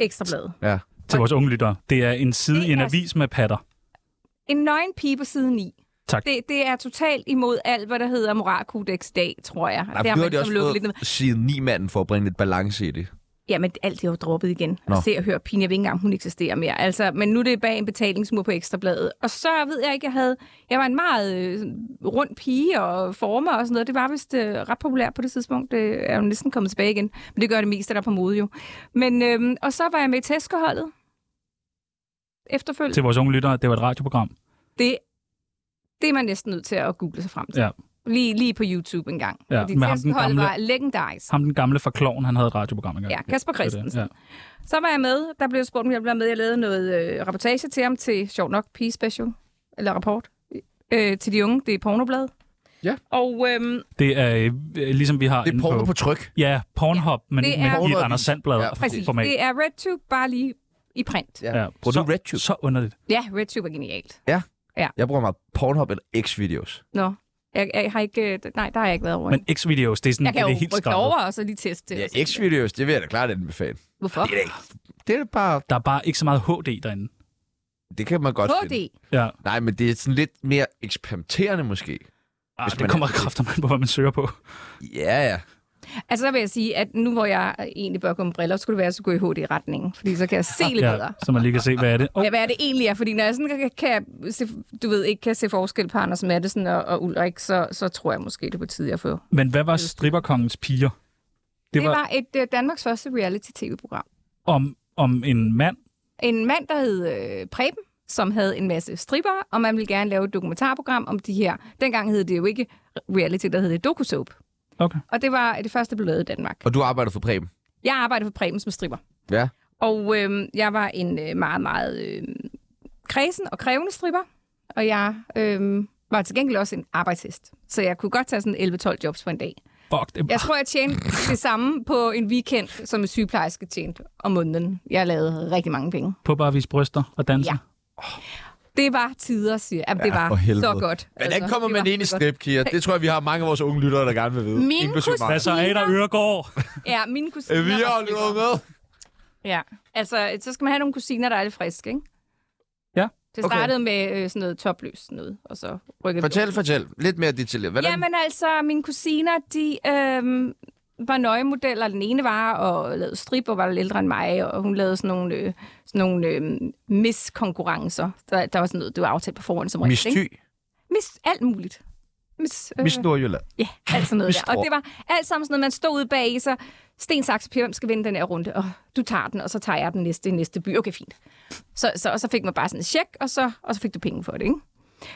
Speaker 6: Ekstrabladet.
Speaker 1: Ja.
Speaker 4: Til vores unge lyttere. Det er en side
Speaker 6: Det
Speaker 4: i en
Speaker 6: er-
Speaker 4: avis med patter.
Speaker 6: En nøgen pige på siden i.
Speaker 4: Tak.
Speaker 6: Det, det er totalt imod alt, hvad der hedder moralkodex i dag, tror jeg.
Speaker 1: Nej,
Speaker 6: det
Speaker 1: for
Speaker 6: har
Speaker 1: nu
Speaker 6: man
Speaker 1: har de
Speaker 6: ligesom
Speaker 1: også
Speaker 6: lukket lidt ned.
Speaker 1: fået siden ni manden for at bringe lidt balance i det.
Speaker 6: Jamen, alt det er jo droppet igen.
Speaker 1: Nå.
Speaker 6: Og se og hør, Pina, jeg ved ikke engang, hun eksisterer mere. Altså, men nu er det bag en betalingsmur på Ekstrabladet. Og så ved jeg ikke, jeg havde... Jeg var en meget øh, sådan rund pige og former og sådan noget. Det var vist øh, ret populært på det tidspunkt. Det er jo næsten kommet tilbage igen. Men det gør det meste, der er på mode jo. Men, øhm, og så var jeg med i tæskeholdet. Efterfølgende.
Speaker 4: Til vores unge lyttere, det var et radioprogram.
Speaker 6: Det, det er man næsten nødt til at google sig frem til.
Speaker 4: Ja.
Speaker 6: Lige, lige på YouTube en gang.
Speaker 4: Ja,
Speaker 6: Fordi
Speaker 4: med ham den
Speaker 6: tæskeholdet
Speaker 4: gamle-
Speaker 6: var legendarisk.
Speaker 4: Ham den gamle fra Kloven, han havde et radioprogram engang.
Speaker 6: Ja, Kasper
Speaker 4: Det er det.
Speaker 6: Christensen.
Speaker 4: Ja.
Speaker 6: Så var jeg med. Der blev jeg spurgt, om jeg ville være med. Jeg lavede noget øh, reportage til ham til, sjov nok, Pige Special, eller rapport, øh, til de unge. Det er Pornoblad.
Speaker 1: Ja.
Speaker 6: Og øhm,
Speaker 4: Det er øh, ligesom vi har...
Speaker 1: Det er
Speaker 4: inde
Speaker 1: porno på
Speaker 4: på
Speaker 1: tryk.
Speaker 4: Ja, Pornhub, men,
Speaker 6: det
Speaker 4: men
Speaker 6: er-
Speaker 4: i et
Speaker 1: Pornoavis.
Speaker 4: Anders Sandblad
Speaker 1: Ja,
Speaker 6: præcis,
Speaker 4: format.
Speaker 6: det er RedTube, bare lige i print. Ja,
Speaker 4: Ja.
Speaker 1: Bruger
Speaker 4: så,
Speaker 1: du RedTube?
Speaker 4: Så underligt.
Speaker 6: ja RedTube er genialt.
Speaker 1: Jeg bruger meget Pornhub eller X-videos.
Speaker 6: Nå, jeg, jeg har ikke, øh, nej, der har jeg ikke været over.
Speaker 4: Men X-videos, det er sådan
Speaker 6: jeg kan
Speaker 4: det
Speaker 6: jo
Speaker 4: er helt
Speaker 6: rykke
Speaker 4: skrabet.
Speaker 6: over og så lige teste det.
Speaker 1: Ja,
Speaker 6: og sådan noget.
Speaker 1: X-videos, det vil jeg da klart anbefale.
Speaker 6: Hvorfor?
Speaker 1: Det er, da ikke- det er bare...
Speaker 4: Der er bare ikke så meget HD derinde.
Speaker 1: Det kan man godt finde.
Speaker 6: HD.
Speaker 4: Ja,
Speaker 1: Nej, men det er sådan lidt mere eksperimenterende måske.
Speaker 4: Arh,
Speaker 1: Hvis
Speaker 4: det
Speaker 1: man-
Speaker 4: kommer kræfter man på, hvad man søger på.
Speaker 1: Ja, ja.
Speaker 6: Altså, så vil jeg sige, at nu hvor jeg egentlig bør gå med briller, så skulle det være, at jeg skulle gå i HD-retningen, fordi så kan jeg se lidt bedre.
Speaker 4: så man lige kan se, hvad er det. Oh,
Speaker 6: Ja, hvad er det egentlig er? Fordi når jeg sådan kan, kan jeg se, du ved, ikke kan se forskel på Anders Madsen og, og Ulrik, så, så tror jeg måske, det er på tide at få. Det,
Speaker 4: men hvad var stripperkongens piger?
Speaker 6: det var... var et uh, Danmarks første reality-tv-program.
Speaker 4: om, om en mand.
Speaker 6: En mand, der hed øh, Preben, som havde en masse stripper, og man ville gerne lave et dokumentarprogram om de her. Dengang hed det jo ikke reality, der hed det DokuSoap.
Speaker 4: Okay.
Speaker 6: Og det var det første, der blev lavet i Danmark.
Speaker 1: Og du arbejder for Preben.
Speaker 6: Jeg arbejdede for Preben som stripper.
Speaker 1: Ja.
Speaker 6: Og øh, jeg var en øh, meget, meget øh, kredsen og krævende stripper, øhm, og jeg øh, var til gengæld også en arbejdshest. Så jeg kunne godt tage sådan 11-12 jobs på en dag.
Speaker 4: Fuck, det er
Speaker 6: Jeg tror, jeg tjente det samme på en weekend, som en sygeplejerske tjente om måneden. Jeg lavede rigtig mange penge.
Speaker 4: på bare at vise bryster og danse.
Speaker 6: Ja. Det var tider, siger jeg. Jamen, Det
Speaker 1: Ja,
Speaker 6: var
Speaker 1: for helvede.
Speaker 6: så godt.
Speaker 1: Hvordan
Speaker 6: Altså,
Speaker 1: kommer
Speaker 6: det
Speaker 1: man
Speaker 6: var
Speaker 1: ind i
Speaker 6: så godt.
Speaker 1: strip, Kira? Det tror jeg, vi har mange af vores unge lyttere, der gerne vil vide.
Speaker 6: Min
Speaker 1: Inklusive mig.
Speaker 4: Hvad så er der Øregård?
Speaker 6: Ja, mine kusiner.
Speaker 1: Øh, Vi
Speaker 6: var
Speaker 1: har
Speaker 6: strippere.
Speaker 1: lyttet med.
Speaker 6: Ja, altså, så skal man have nogle kusiner, der er lidt friske, ikke?
Speaker 4: Ja,
Speaker 6: Det
Speaker 1: okay.
Speaker 6: startede med øh, sådan noget topløs sådan noget, og så rykkede
Speaker 1: Fortæl,
Speaker 6: vi.
Speaker 1: fortæl. Lidt mere detaljeret. Hvordan?
Speaker 6: Jamen altså, mine kusiner, de øh, var nøjemodeller. Den ene var og lavede strip og var lidt ældre end mig, og hun lavede sådan nogle, øh, sådan nogle øh, miskonkurrencer. Der, der var sådan noget, det var aftalt på forhånd som regel, ikke?
Speaker 1: Misty.
Speaker 6: Mis, alt muligt. Mis, øh,
Speaker 1: Mis Nordjylland.
Speaker 6: Ja, alt sådan noget der.
Speaker 1: Mistror.
Speaker 6: Og det var alt sammen sådan noget, man stod ude bag sig. Sten, saks, papir, hvem skal vinde den her runde? Og du tager den, og så tager jeg den næste i næste by. Okay, fint. Så, så, og så fik man bare sådan et tjek, og så, og så fik du penge for det, ikke?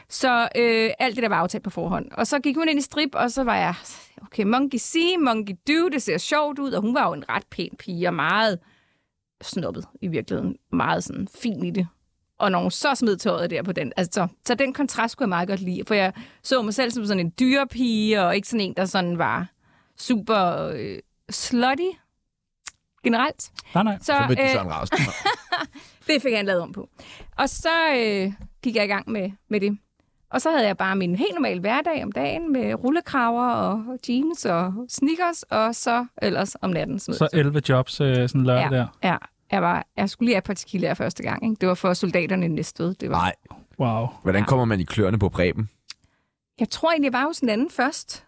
Speaker 6: Så øh, alt det, der var aftalt på forhånd. Og så gik hun ind i strip, og så var jeg, okay, monkey see, monkey do, det ser sjovt ud. Og hun var jo en ret pæn pige, og meget snuppet i virkeligheden. Meget sådan fin i det. Og når hun så smed tøjet der på den. Altså, så, så den kontrast kunne jeg meget godt lide. For jeg så mig selv som sådan en dyrepige, og ikke sådan en, der sådan var super øh, slutty generelt.
Speaker 4: Nej, nej.
Speaker 6: Så,
Speaker 1: Så vil du
Speaker 6: øh,
Speaker 1: Søren
Speaker 6: *laughs*
Speaker 1: Rasten.
Speaker 6: det fik han lavet om på. Og så øh, gik jeg i gang med, med det. Og så havde jeg bare min helt normale hverdag om dagen med rullekraver og jeans og sneakers, og så ellers om natten smed
Speaker 4: Så 11 jobs øh, sådan lørdag
Speaker 6: Ja.
Speaker 4: der.
Speaker 6: Ja, jeg, var, jeg skulle lige af partikilær første gang. Ikke? Det var for soldaterne i Næstved. Det var.
Speaker 1: Nej,
Speaker 4: Wow.
Speaker 1: hvordan kommer man i kløerne på Breben?
Speaker 6: Jeg tror egentlig, jeg var hos en anden først,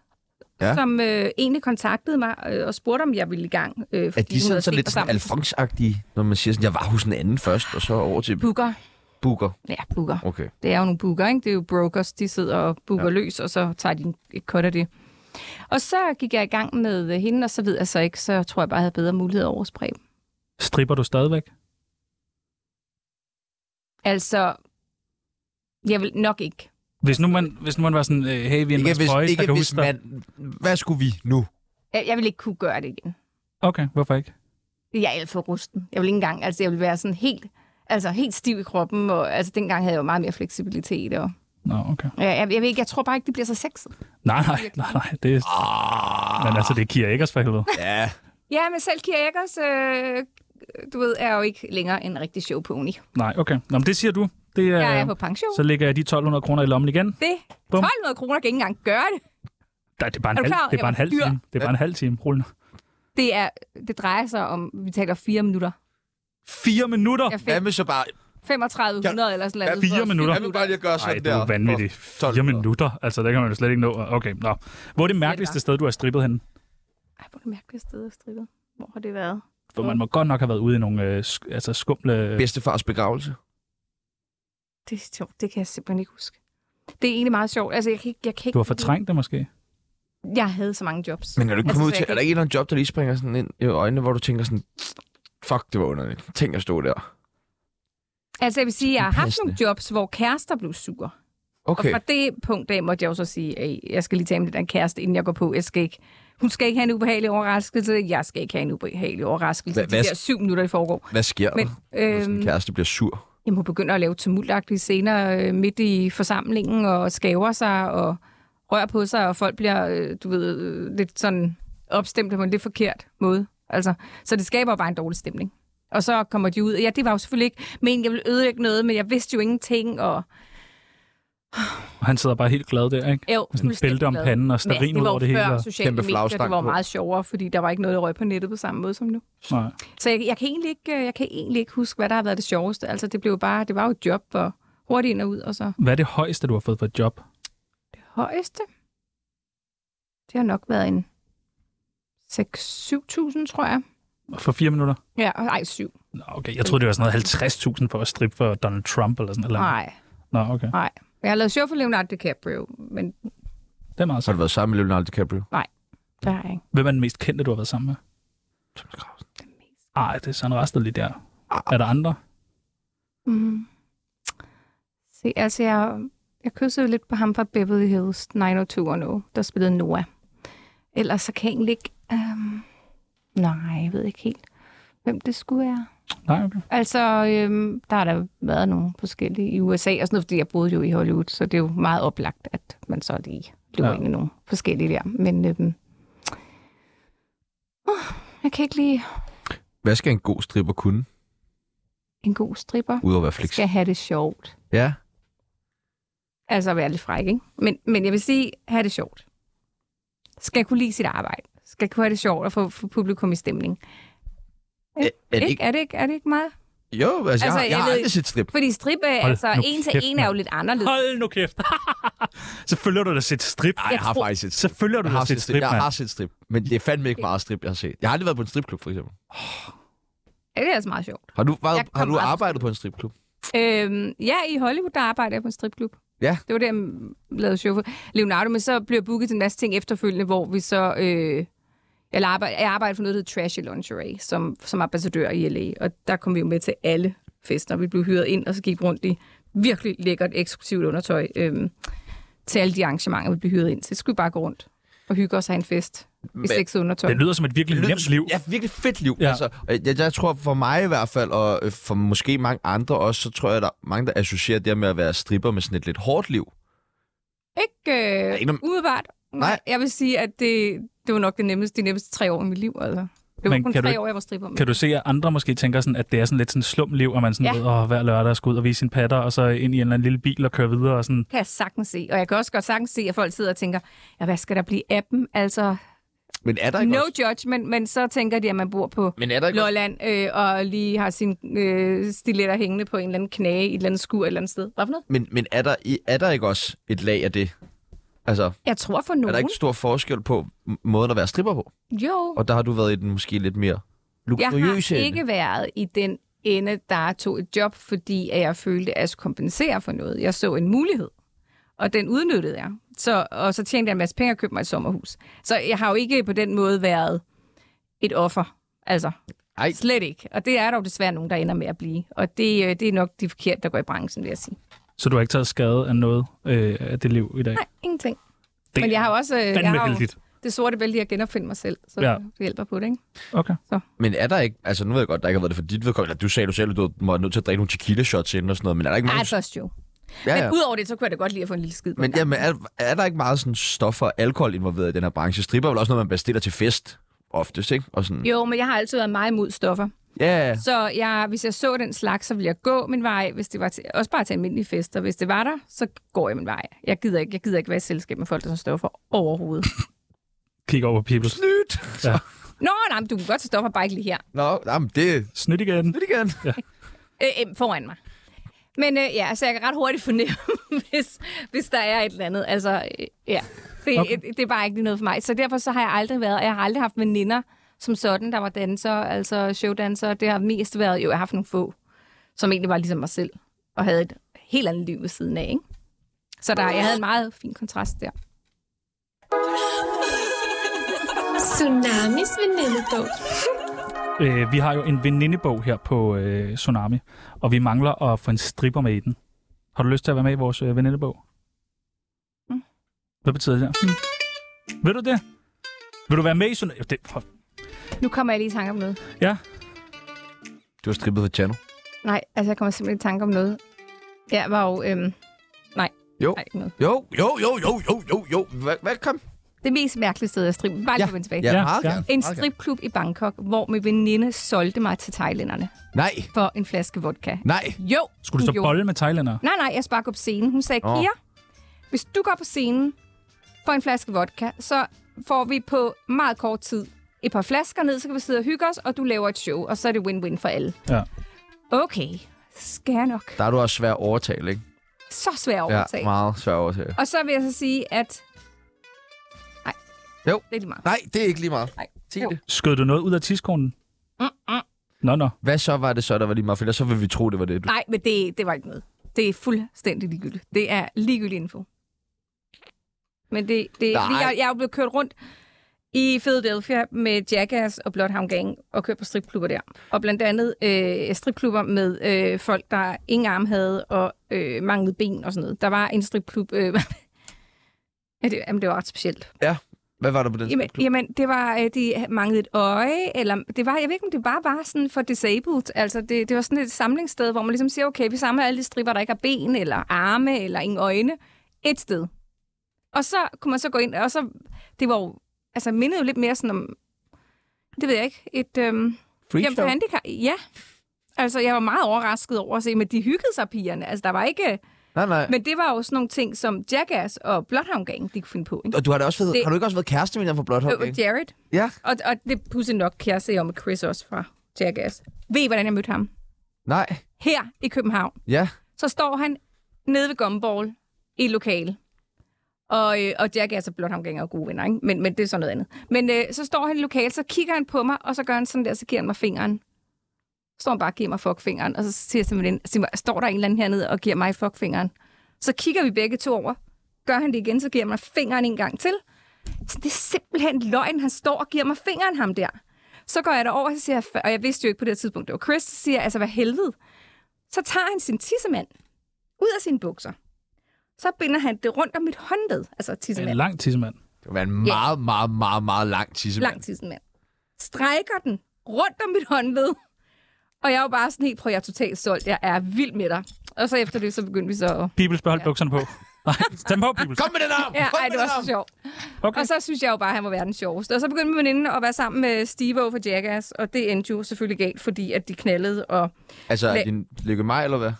Speaker 1: Ja.
Speaker 6: ja. som øh, egentlig kontaktede mig øh, og spurgte, om jeg ville i gang. Øh,
Speaker 1: Er
Speaker 6: fordi
Speaker 1: de
Speaker 6: hun
Speaker 1: sådan,
Speaker 6: havde
Speaker 1: så
Speaker 6: set
Speaker 1: lidt
Speaker 6: mig
Speaker 1: sådan
Speaker 6: sammen.
Speaker 1: alfonsagtige, når man siger sådan, jeg var hos en anden først, og så over til
Speaker 6: Booker.
Speaker 1: Booker?
Speaker 6: Ja, booker.
Speaker 1: Okay.
Speaker 6: Det er jo nogle booker, ikke? Det er jo brokers, de sidder og booker ja. løs, og så tager de en- et cut af det. Og så gik jeg i gang med øh, hende, og så ved jeg så ikke, så tror jeg bare, jeg havde bedre mulighed over spræben.
Speaker 4: Stripper du stadigvæk?
Speaker 6: Altså, jeg vil nok ikke.
Speaker 4: Hvis nu man, hvis nu man var sådan, øh, hey, vi er en
Speaker 1: Ikke
Speaker 4: masse
Speaker 1: hvis,
Speaker 4: boys, der
Speaker 1: ikke
Speaker 4: kan
Speaker 1: hvis
Speaker 4: huske dig.
Speaker 1: man... Hvad skulle vi nu?
Speaker 6: Jeg, jeg vil ikke kunne gøre det igen.
Speaker 4: Okay, hvorfor ikke?
Speaker 6: Jeg er alt for rusten. Jeg vil ikke engang, altså jeg vil være sådan helt, altså helt stiv i kroppen, og altså dengang havde jeg jo meget mere fleksibilitet, og
Speaker 4: Nå, okay.
Speaker 6: jeg, jeg, jeg, ved ikke, jeg tror bare ikke, det bliver så sexet.
Speaker 4: Nej, nej, nej, nej. Det er,
Speaker 1: Ah,
Speaker 4: men altså, det er Kira Eggers for helvede.
Speaker 1: ja.
Speaker 6: Ja, men selv Kira Eggers, øh, du ved, er jo ikke længere en rigtig showpony.
Speaker 4: Nej, okay. Nå, men det siger du. Det er,
Speaker 6: Jeg er på pension.
Speaker 4: så lægger jeg de 1200 kroner i lommen igen.
Speaker 6: Det
Speaker 4: Bum.
Speaker 6: 1200 kroner kan ikke engang gøre det.
Speaker 4: Nej, det er bare en,
Speaker 6: Er du
Speaker 4: halv,
Speaker 6: klar over,
Speaker 4: det er bare
Speaker 6: jeg
Speaker 4: en
Speaker 6: var
Speaker 4: halv
Speaker 6: dyr?
Speaker 4: time. Det er bare en halv time. Rul nu.
Speaker 6: Det, er, det drejer sig om, vi taler fire minutter.
Speaker 4: Fire minutter?
Speaker 6: Jeg fik
Speaker 1: Hvad med så bare...
Speaker 6: 3500 eller sådan noget.
Speaker 4: fire
Speaker 6: for
Speaker 4: minutter?
Speaker 6: fire
Speaker 1: Hvad med bare lige at gøre
Speaker 4: Nej,
Speaker 1: sådan
Speaker 4: det
Speaker 1: der?
Speaker 4: er jo vanvittigt.
Speaker 1: For 12
Speaker 4: Fire minutter? Altså, der kan man jo slet ikke nå. Okay, nå. Hvor er det mærkeligste sted, du har strippet henne?
Speaker 6: Ej, hvor er det mærkeligt sted at strippe. Hvor har det været?
Speaker 4: For man må godt nok have været ude i nogle øh, sk- altså skumle...
Speaker 1: Bedstefars begravelse.
Speaker 6: Det er sjovt. Det kan jeg simpelthen ikke huske. Det er egentlig meget sjovt. Altså, jeg kan ikke... Jeg, kan ikke
Speaker 4: Du har fortrængt det måske?
Speaker 6: jeg havde så mange jobs.
Speaker 1: Men er du ikke kommet ud
Speaker 6: Altså, så
Speaker 1: til...
Speaker 6: jeg
Speaker 1: Er der
Speaker 6: kan
Speaker 1: ikke en eller anden job, der lige springer sådan ind i øjnene, hvor du tænker sådan... Fuck, det var underligt. Tænk at stå der.
Speaker 6: Altså, jeg vil sige, jeg har haft
Speaker 1: Upassende.
Speaker 6: nogle jobs, hvor kærester blev sure. Okay.
Speaker 1: Okay.
Speaker 6: Og fra det punkt af måtte jeg jo så sige, at jeg skal lige tage med den der kæreste, inden jeg går på. Jeg skal ikke, hun skal ikke have en ubehagelig overraskelse. Jeg skal ikke have en ubehagelig overraskelse.
Speaker 1: Hvad-
Speaker 6: Hvad,
Speaker 1: hvad-
Speaker 6: De der syv minutter, det foregår.
Speaker 1: Hvad sker der,
Speaker 6: Men
Speaker 1: når sådan en
Speaker 6: øhm,
Speaker 1: kæreste bliver sur?
Speaker 6: jamen, hun begynder at lave tumultagtige scener øh, midt i forsamlingen, og skaver sig, og rører på sig, og folk bliver, øh, du ved, øh, lidt sådan opstemte på en lidt forkert måde. Altså, så det skaber jo bare en dårlig stemning. Og så kommer de ud. Ja, det var jo selvfølgelig ikke men jeg ville ødelægge noget, men jeg vidste jo ingenting, og
Speaker 4: Og han sidder bare helt glad der, ikke?
Speaker 6: Jo,
Speaker 4: Med sådan et bælte om panden og
Speaker 6: Men altså,
Speaker 4: stearin
Speaker 6: det
Speaker 4: ud
Speaker 6: var
Speaker 4: over
Speaker 6: jo
Speaker 4: det hele.
Speaker 6: før
Speaker 4: og-
Speaker 6: sociale
Speaker 1: Kæmpe
Speaker 6: medier, det var
Speaker 1: flagstang
Speaker 6: jo
Speaker 1: på.
Speaker 6: meget sjovere, fordi der var ikke noget, der røg på nettet på samme måde som nu.
Speaker 4: Nej.
Speaker 6: Så jeg, jeg, kan egentlig ikke, øh, jeg kan egentlig ikke huske, hvad der har været det sjoveste. Altså, det, blev jo bare, det var jo et job, og hurtigt ind og ud, og så
Speaker 4: Hvad er det højeste, du har fået for et job?
Speaker 6: højeste. Det har nok været en 6-7.000, tror jeg.
Speaker 4: For fire minutter?
Speaker 6: Ja, og- ej, 7.
Speaker 4: Nå, okay. Jeg troede, det var sådan noget 50.000 for at strippe for Donald Trump eller sådan noget.
Speaker 6: Nej,
Speaker 4: Nå, okay.
Speaker 6: nej. Jeg har lavet show for Leonardo DiCaprio, men
Speaker 4: Det er meget
Speaker 1: Har
Speaker 4: sådan.
Speaker 1: du været sammen med Leonardo DiCaprio?
Speaker 6: der er ikke.
Speaker 4: Hvem er den mest kendte, du har været sammen med?
Speaker 1: Thomas Krausen.
Speaker 4: Ej, Ah, det er sådan restet lige der.
Speaker 6: Ah.
Speaker 4: Er der andre?
Speaker 6: Mm. Se, altså, jeg, jeg kyssede jo lidt på ham fra Beverly Hills 90210, der spillede Noah. Ellers så kan jeg egentlig ikke... Um, nej, jeg ved ikke helt, hvem det skulle være.
Speaker 4: Nej, okay.
Speaker 6: Altså, øhm, der har der været nogle forskellige i USA, og sådan noget, fordi jeg boede jo i Hollywood, så det er jo meget oplagt, at man så lige løber
Speaker 4: Ja.
Speaker 6: ja. ind i nogle forskellige der. Men øhm, Jeg kan ikke lige
Speaker 1: Hvad skal en god stripper kunne,
Speaker 6: en god stripper.
Speaker 1: udover at være flex?
Speaker 6: Skal have det sjovt.
Speaker 1: Ja,
Speaker 6: Altså være lidt fræk, ikke? Men, men jeg vil sige, have det sjovt. Skal kunne lide sit arbejde. Skal kunne have det sjovt og få, få publikum i stemning.
Speaker 1: er, er det
Speaker 6: Ikke?
Speaker 1: ikke?
Speaker 6: Er, det ikke, er det ikke meget?
Speaker 1: Jo, altså, altså jeg, har, jeg
Speaker 6: jeg
Speaker 1: har
Speaker 6: ved-
Speaker 1: aldrig set strip.
Speaker 6: Fordi strip er
Speaker 4: Hold
Speaker 6: altså
Speaker 4: nu
Speaker 6: en til
Speaker 4: kæft,
Speaker 6: en er jo lidt anderledes.
Speaker 4: *laughs* Hold nu kæft. *laughs* så følger du da sit strip.
Speaker 1: Nej, jeg har faktisk set
Speaker 4: Så
Speaker 1: strip.
Speaker 4: følger du
Speaker 1: Jeg
Speaker 4: da
Speaker 1: har,
Speaker 4: sit
Speaker 1: set
Speaker 4: strip,
Speaker 1: strip. jeg har
Speaker 4: mand.
Speaker 1: set strip, men det er fandme ikke meget strip, jeg har set. Jeg har aldrig været på en stripklub, for eksempel.
Speaker 6: Ja, Det er altså meget sjovt.
Speaker 1: Har du,
Speaker 6: Jeg
Speaker 1: været, har
Speaker 6: kom
Speaker 1: du
Speaker 6: aldrig-
Speaker 1: arbejdet på en stripklub?
Speaker 6: Øhm, ja, i Hollywood, der arbejder jeg på en stripklub.
Speaker 1: Ja.
Speaker 6: Det var der, jeg lavede show for Leonardo, men så blev jeg booket til en masse ting efterfølgende, hvor vi så... Øh, jeg arbejder, jeg arbejder for noget, der hedder Trashy Lingerie, som, som ambassadør i LA, og der kom vi jo med til alle fester. Vi blev hyret ind, og så gik rundt i virkelig lækkert, eksklusivt undertøj øhm, til alle de arrangementer, vi blev hyret ind til. Så skulle vi bare gå rundt og hygge os og have en fest i sexet undertøj.
Speaker 4: Det lyder som et virkelig nemt liv.
Speaker 1: Ja, virkelig fedt liv.
Speaker 4: Ja.
Speaker 1: Ja. Altså, og jeg, jeg tror for mig i hvert fald, og øh, for måske mange andre også, så tror jeg, der er mange, der associerer det her med at være stripper med sådan et lidt hårdt liv.
Speaker 6: Ikke øh,
Speaker 1: ikke nogen-
Speaker 6: umiddelbart.
Speaker 1: Nej.
Speaker 6: Jeg vil sige, at det, det var nok det nemmeste, de nemmeste tre år i mit liv. Altså. Det var
Speaker 4: Men
Speaker 6: Men kun
Speaker 4: kan du
Speaker 6: tre
Speaker 4: ikke-
Speaker 6: år, jeg var stripper med.
Speaker 4: Kan du se, at andre måske tænker sådan, at det er sådan lidt sådan slum liv, og man sådan
Speaker 6: Ja.
Speaker 4: ja. ved, åh, hver lørdag skal ud og vise sin patter, og så ind i en eller anden lille bil og køre videre og sådan.
Speaker 6: kan jeg sagtens se. Og jeg kan også godt sagtens se, at folk sidder og tænker, ja, hvad skal der blive af dem? Altså,
Speaker 1: Men er der ikke
Speaker 6: no
Speaker 1: også,
Speaker 6: judgment, men så tænker de, at man bor på
Speaker 1: men er der ikke også,
Speaker 6: Lolland øh, og lige har sine øh, stiletter hængende på en eller anden knage i et eller andet skur et eller andet sted. Hvad for noget?
Speaker 1: men, men er, der, i- er der ikke også et lag af det? Altså,
Speaker 6: Jeg tror for
Speaker 1: er
Speaker 6: nogen.
Speaker 1: der ikke stor forskel på m- måden at være stripper på?
Speaker 6: Jo.
Speaker 1: Og der har du været i den måske lidt mere
Speaker 6: Jeg
Speaker 1: luksuriøse
Speaker 6: har
Speaker 1: ende.
Speaker 6: ikke været i den ende, der tog et job, fordi at jeg følte, at jeg skulle kompensere for noget. Jeg så en mulighed, og den udnyttede jeg. Så, og så tjente jeg en masse penge og købte mig et sommerhus. Så jeg har jo ikke på den måde været et offer. Altså,
Speaker 1: Ej.
Speaker 6: slet ikke. Og det er der jo desværre nogen, der ender med at blive. Og det, øh, det er nok de forkerte, der går i branchen, vil jeg sige.
Speaker 4: Så du har ikke taget skade af noget øh, af det liv i dag.
Speaker 6: Nej, ingenting.
Speaker 4: Det
Speaker 6: Men jeg har jo også øh, jeg
Speaker 4: fandme
Speaker 6: har jo
Speaker 4: heldigt.
Speaker 6: det sorte bælte i at genopfinde mig selv, så
Speaker 4: Ja.
Speaker 6: ja. det hjælper på det, ikke?
Speaker 4: Okay.
Speaker 1: Men er der ikke, altså nu ved jeg godt, der ikke har været det for dit vedkommende, eller du sagde du selv, at du var nødt til at drikke nogle tequila shots inden og sådan noget, men er der ikke
Speaker 6: Ej,
Speaker 1: meget...
Speaker 6: først jo.
Speaker 1: ja,
Speaker 6: Men
Speaker 1: ja.
Speaker 6: udover det, så kunne jeg da godt lide at få en lille skid på
Speaker 1: Men, ja, men er, er der ikke meget sådan stof og alkohol involveret i den her branche? Stripper er vel også noget, man bestiller til fest oftest, ikke? Og sådan,
Speaker 6: Jo, men jeg har altid været meget imod stoffer.
Speaker 1: ja,
Speaker 6: Så jeg, hvis jeg så den slags, så ville jeg gå min vej, hvis det var til, også bare til almindelige fester. Hvis det var der, så går jeg min vej. Jeg gider ikke, jeg gider ikke være i selskab med folk, der tager stoffer overhovedet.
Speaker 4: Kig over på people.
Speaker 1: snydt.
Speaker 4: Ja.
Speaker 6: Nå, nej, men du kan godt tage stoffer, bare ikke lige her.
Speaker 1: Nå, jamen, det er
Speaker 4: Snydt igen.
Speaker 1: snydt igen.
Speaker 6: Øh, øh, foran mig. Men øh, ja, så jeg kan ret hurtigt fornemme, *laughs* hvis, hvis der er et eller andet. Altså, øh, ja. Det, okay.
Speaker 4: Okay.
Speaker 6: det, det er bare ikke lige noget for mig. Så derfor så har jeg aldrig været, og jeg har aldrig haft veninder som sådan, der var dansere, altså showdansere. Det har mest været, jo, jeg har haft nogle få, som egentlig var ligesom mig selv, og havde et helt andet liv ved siden af, ikke? Så der, jeg havde en meget fin kontrast der.
Speaker 8: Tsunamis venindebog.
Speaker 4: Øh, vi har jo en venindebog her på øh, Tsunami, og vi mangler at få en stripper med i den. Har du lyst til at være med i vores øh, venindebog?
Speaker 6: Mm.
Speaker 4: Hvad betyder det? Hmm. Ved du det? Vil du være med i Tsunami? Det, for...
Speaker 6: Nu kommer jeg lige i tanke om noget.
Speaker 4: Ja.
Speaker 1: Du har strippet for Chano.
Speaker 6: Nej, altså jeg kommer simpelthen i tanke om noget. Jeg var jo... Øhm, nej.
Speaker 1: Jo.
Speaker 6: Nej, ikke noget.
Speaker 1: Jo, jo, jo, jo, jo, jo, jo. Hvad, hvad kom?
Speaker 6: Det mest mærkelige sted at stribe. Bare lige ja. tilbage.
Speaker 1: Ja,
Speaker 4: Ja,
Speaker 1: meget
Speaker 4: ja.
Speaker 1: gerne.
Speaker 6: En
Speaker 1: meget
Speaker 6: stripklub i Bangkok, hvor min veninde solgte mig til thailænderne
Speaker 1: gerne. Nej,
Speaker 6: for en flaske vodka.
Speaker 1: nej.
Speaker 6: Jo,
Speaker 4: Skulle du så
Speaker 6: jo.
Speaker 4: bolle med thailændere?
Speaker 6: Nej, nej, jeg sparker på scenen. Hun sagde,
Speaker 1: Nå.
Speaker 6: Kira, hvis du går på scenen for en flaske vodka, så får vi på meget kort tid et par flasker ned, så kan vi sidde og hygge os, og du laver et show, og så er det win-win for alle.
Speaker 4: Ja.
Speaker 6: Okay, skal jeg nok.
Speaker 1: Der er du også svær at overtale, ikke?
Speaker 6: Så svær overtag.
Speaker 1: Ja, meget svær at overtale.
Speaker 6: og så vil jeg så sige, at... Nej,
Speaker 1: Jo.
Speaker 6: det er lige meget.
Speaker 1: Nej, det er ikke lige meget.
Speaker 6: Nej.
Speaker 1: Sig
Speaker 6: Jo.
Speaker 1: det.
Speaker 4: Skød du noget ud af tidskonen?
Speaker 6: Mm-mm.
Speaker 4: Nå, nå.
Speaker 1: Hvad så var det så, der var lige meget? For ellers så vil vi tro, det var det, du...
Speaker 6: Nej, men det, det var ikke noget. Det er fuldstændig ligegyldigt. Det er ligegyldig info. Men det, det
Speaker 1: Nej.
Speaker 6: lige, jeg, jeg er jo blevet kørt rundt i Philadelphia med Jackass og Bloodhound Gang og kørt på stripklubber der. Og blandt andet øh, stripklubber med øh, folk, der ingen arm havde og øh, manglede ben og sådan noget. Der var en stripklub... Øh, *laughs* ja, det, jamen, det var ret specielt.
Speaker 1: Hvad var der på den?
Speaker 6: Jamen, jamen det var, øh, de manglede et øje, eller det var, jeg ved ikke, om det bare var sådan for disabled. Altså, det, det var sådan et samlingssted, hvor man ligesom siger, okay, vi samler alle de striber, der ikke har ben, eller arme, eller ingen øjne, et sted. Og så kunne man så gå ind, og så, det var jo, altså mindede jo lidt mere sådan om, Det ved jeg ikke. Et, øhm,
Speaker 5: Freak
Speaker 6: Jamen, for
Speaker 5: show.
Speaker 6: handicap, ja. Altså, jeg var meget overrasket over at se, men de hyggede sig pigerne. Altså, der var ikke...
Speaker 8: Nej, nej.
Speaker 6: Men det var jo sådan nogle ting, som Jackass og Bloodhound Gang, de kunne finde på. Ikke?
Speaker 8: Og du har, da også været,
Speaker 6: Det-
Speaker 8: har du ikke også været kæreste med den fra Blåt Hår?
Speaker 6: Okay. Jared.
Speaker 8: Ja.
Speaker 6: Og, og det pudsede nok, kan jeg se om Chris også fra Jackass. Ved I, hvordan jeg mødte ham?
Speaker 8: Nej.
Speaker 6: Her i København.
Speaker 8: Ja.
Speaker 6: Så står han nede ved Gumball i et lokale. Og, øh, og Jackass og Bloodhound Gang er jo gode venner, ikke? Men, men det er så noget andet. Men øh, så står han i lokale, så kigger han på mig, og så gør han sådan der, så giver han mig fingeren. Så står han bare og giver mig fuckfingeren, og så siger jeg simpelthen, står der en eller anden hernede og giver mig fuckfingeren. Så kigger vi begge to over. Gør han det igen, så giver han mig fingeren en gang til. Så det er simpelthen løgn, han står og giver mig fingeren ham der. Så går jeg derover, og, så siger jeg, og jeg vidste jo ikke på det her tidspunkt, det var Chris, så siger jeg, altså hvad helvede. Så tager han sin tissemand ud af sine bukser. Så binder han det rundt om mit håndled, altså
Speaker 4: En
Speaker 6: tissemand,
Speaker 4: lang tissemand.
Speaker 8: Det var en meget, meget, meget, meget lang tissemand.
Speaker 6: lang tissemand. Strækker den rundt om mit håndled. Og jeg er jo bare sådan helt, prøv jeg er totalt solgt, jeg er vild med dig. Og så efter det, så begyndte vi så at...
Speaker 4: Pibels, behold ja.
Speaker 6: *laughs*
Speaker 4: bukserne på. Nej, tag dem på, Pibels.
Speaker 8: Kom med den arm!
Speaker 6: Ja,
Speaker 8: Kom
Speaker 6: ej,
Speaker 8: med
Speaker 6: det
Speaker 8: den
Speaker 6: var
Speaker 8: arm!
Speaker 6: så sjovt.
Speaker 4: Okay.
Speaker 6: Og så synes jeg jo bare, at han var verdens sjoveste. Og så begyndte min veninde at være sammen med Steve for Jackass, og det endte jo selvfølgelig galt, fordi at de knaldede, og
Speaker 8: Altså, er
Speaker 6: Læ-
Speaker 8: din lykke mig, eller hvad?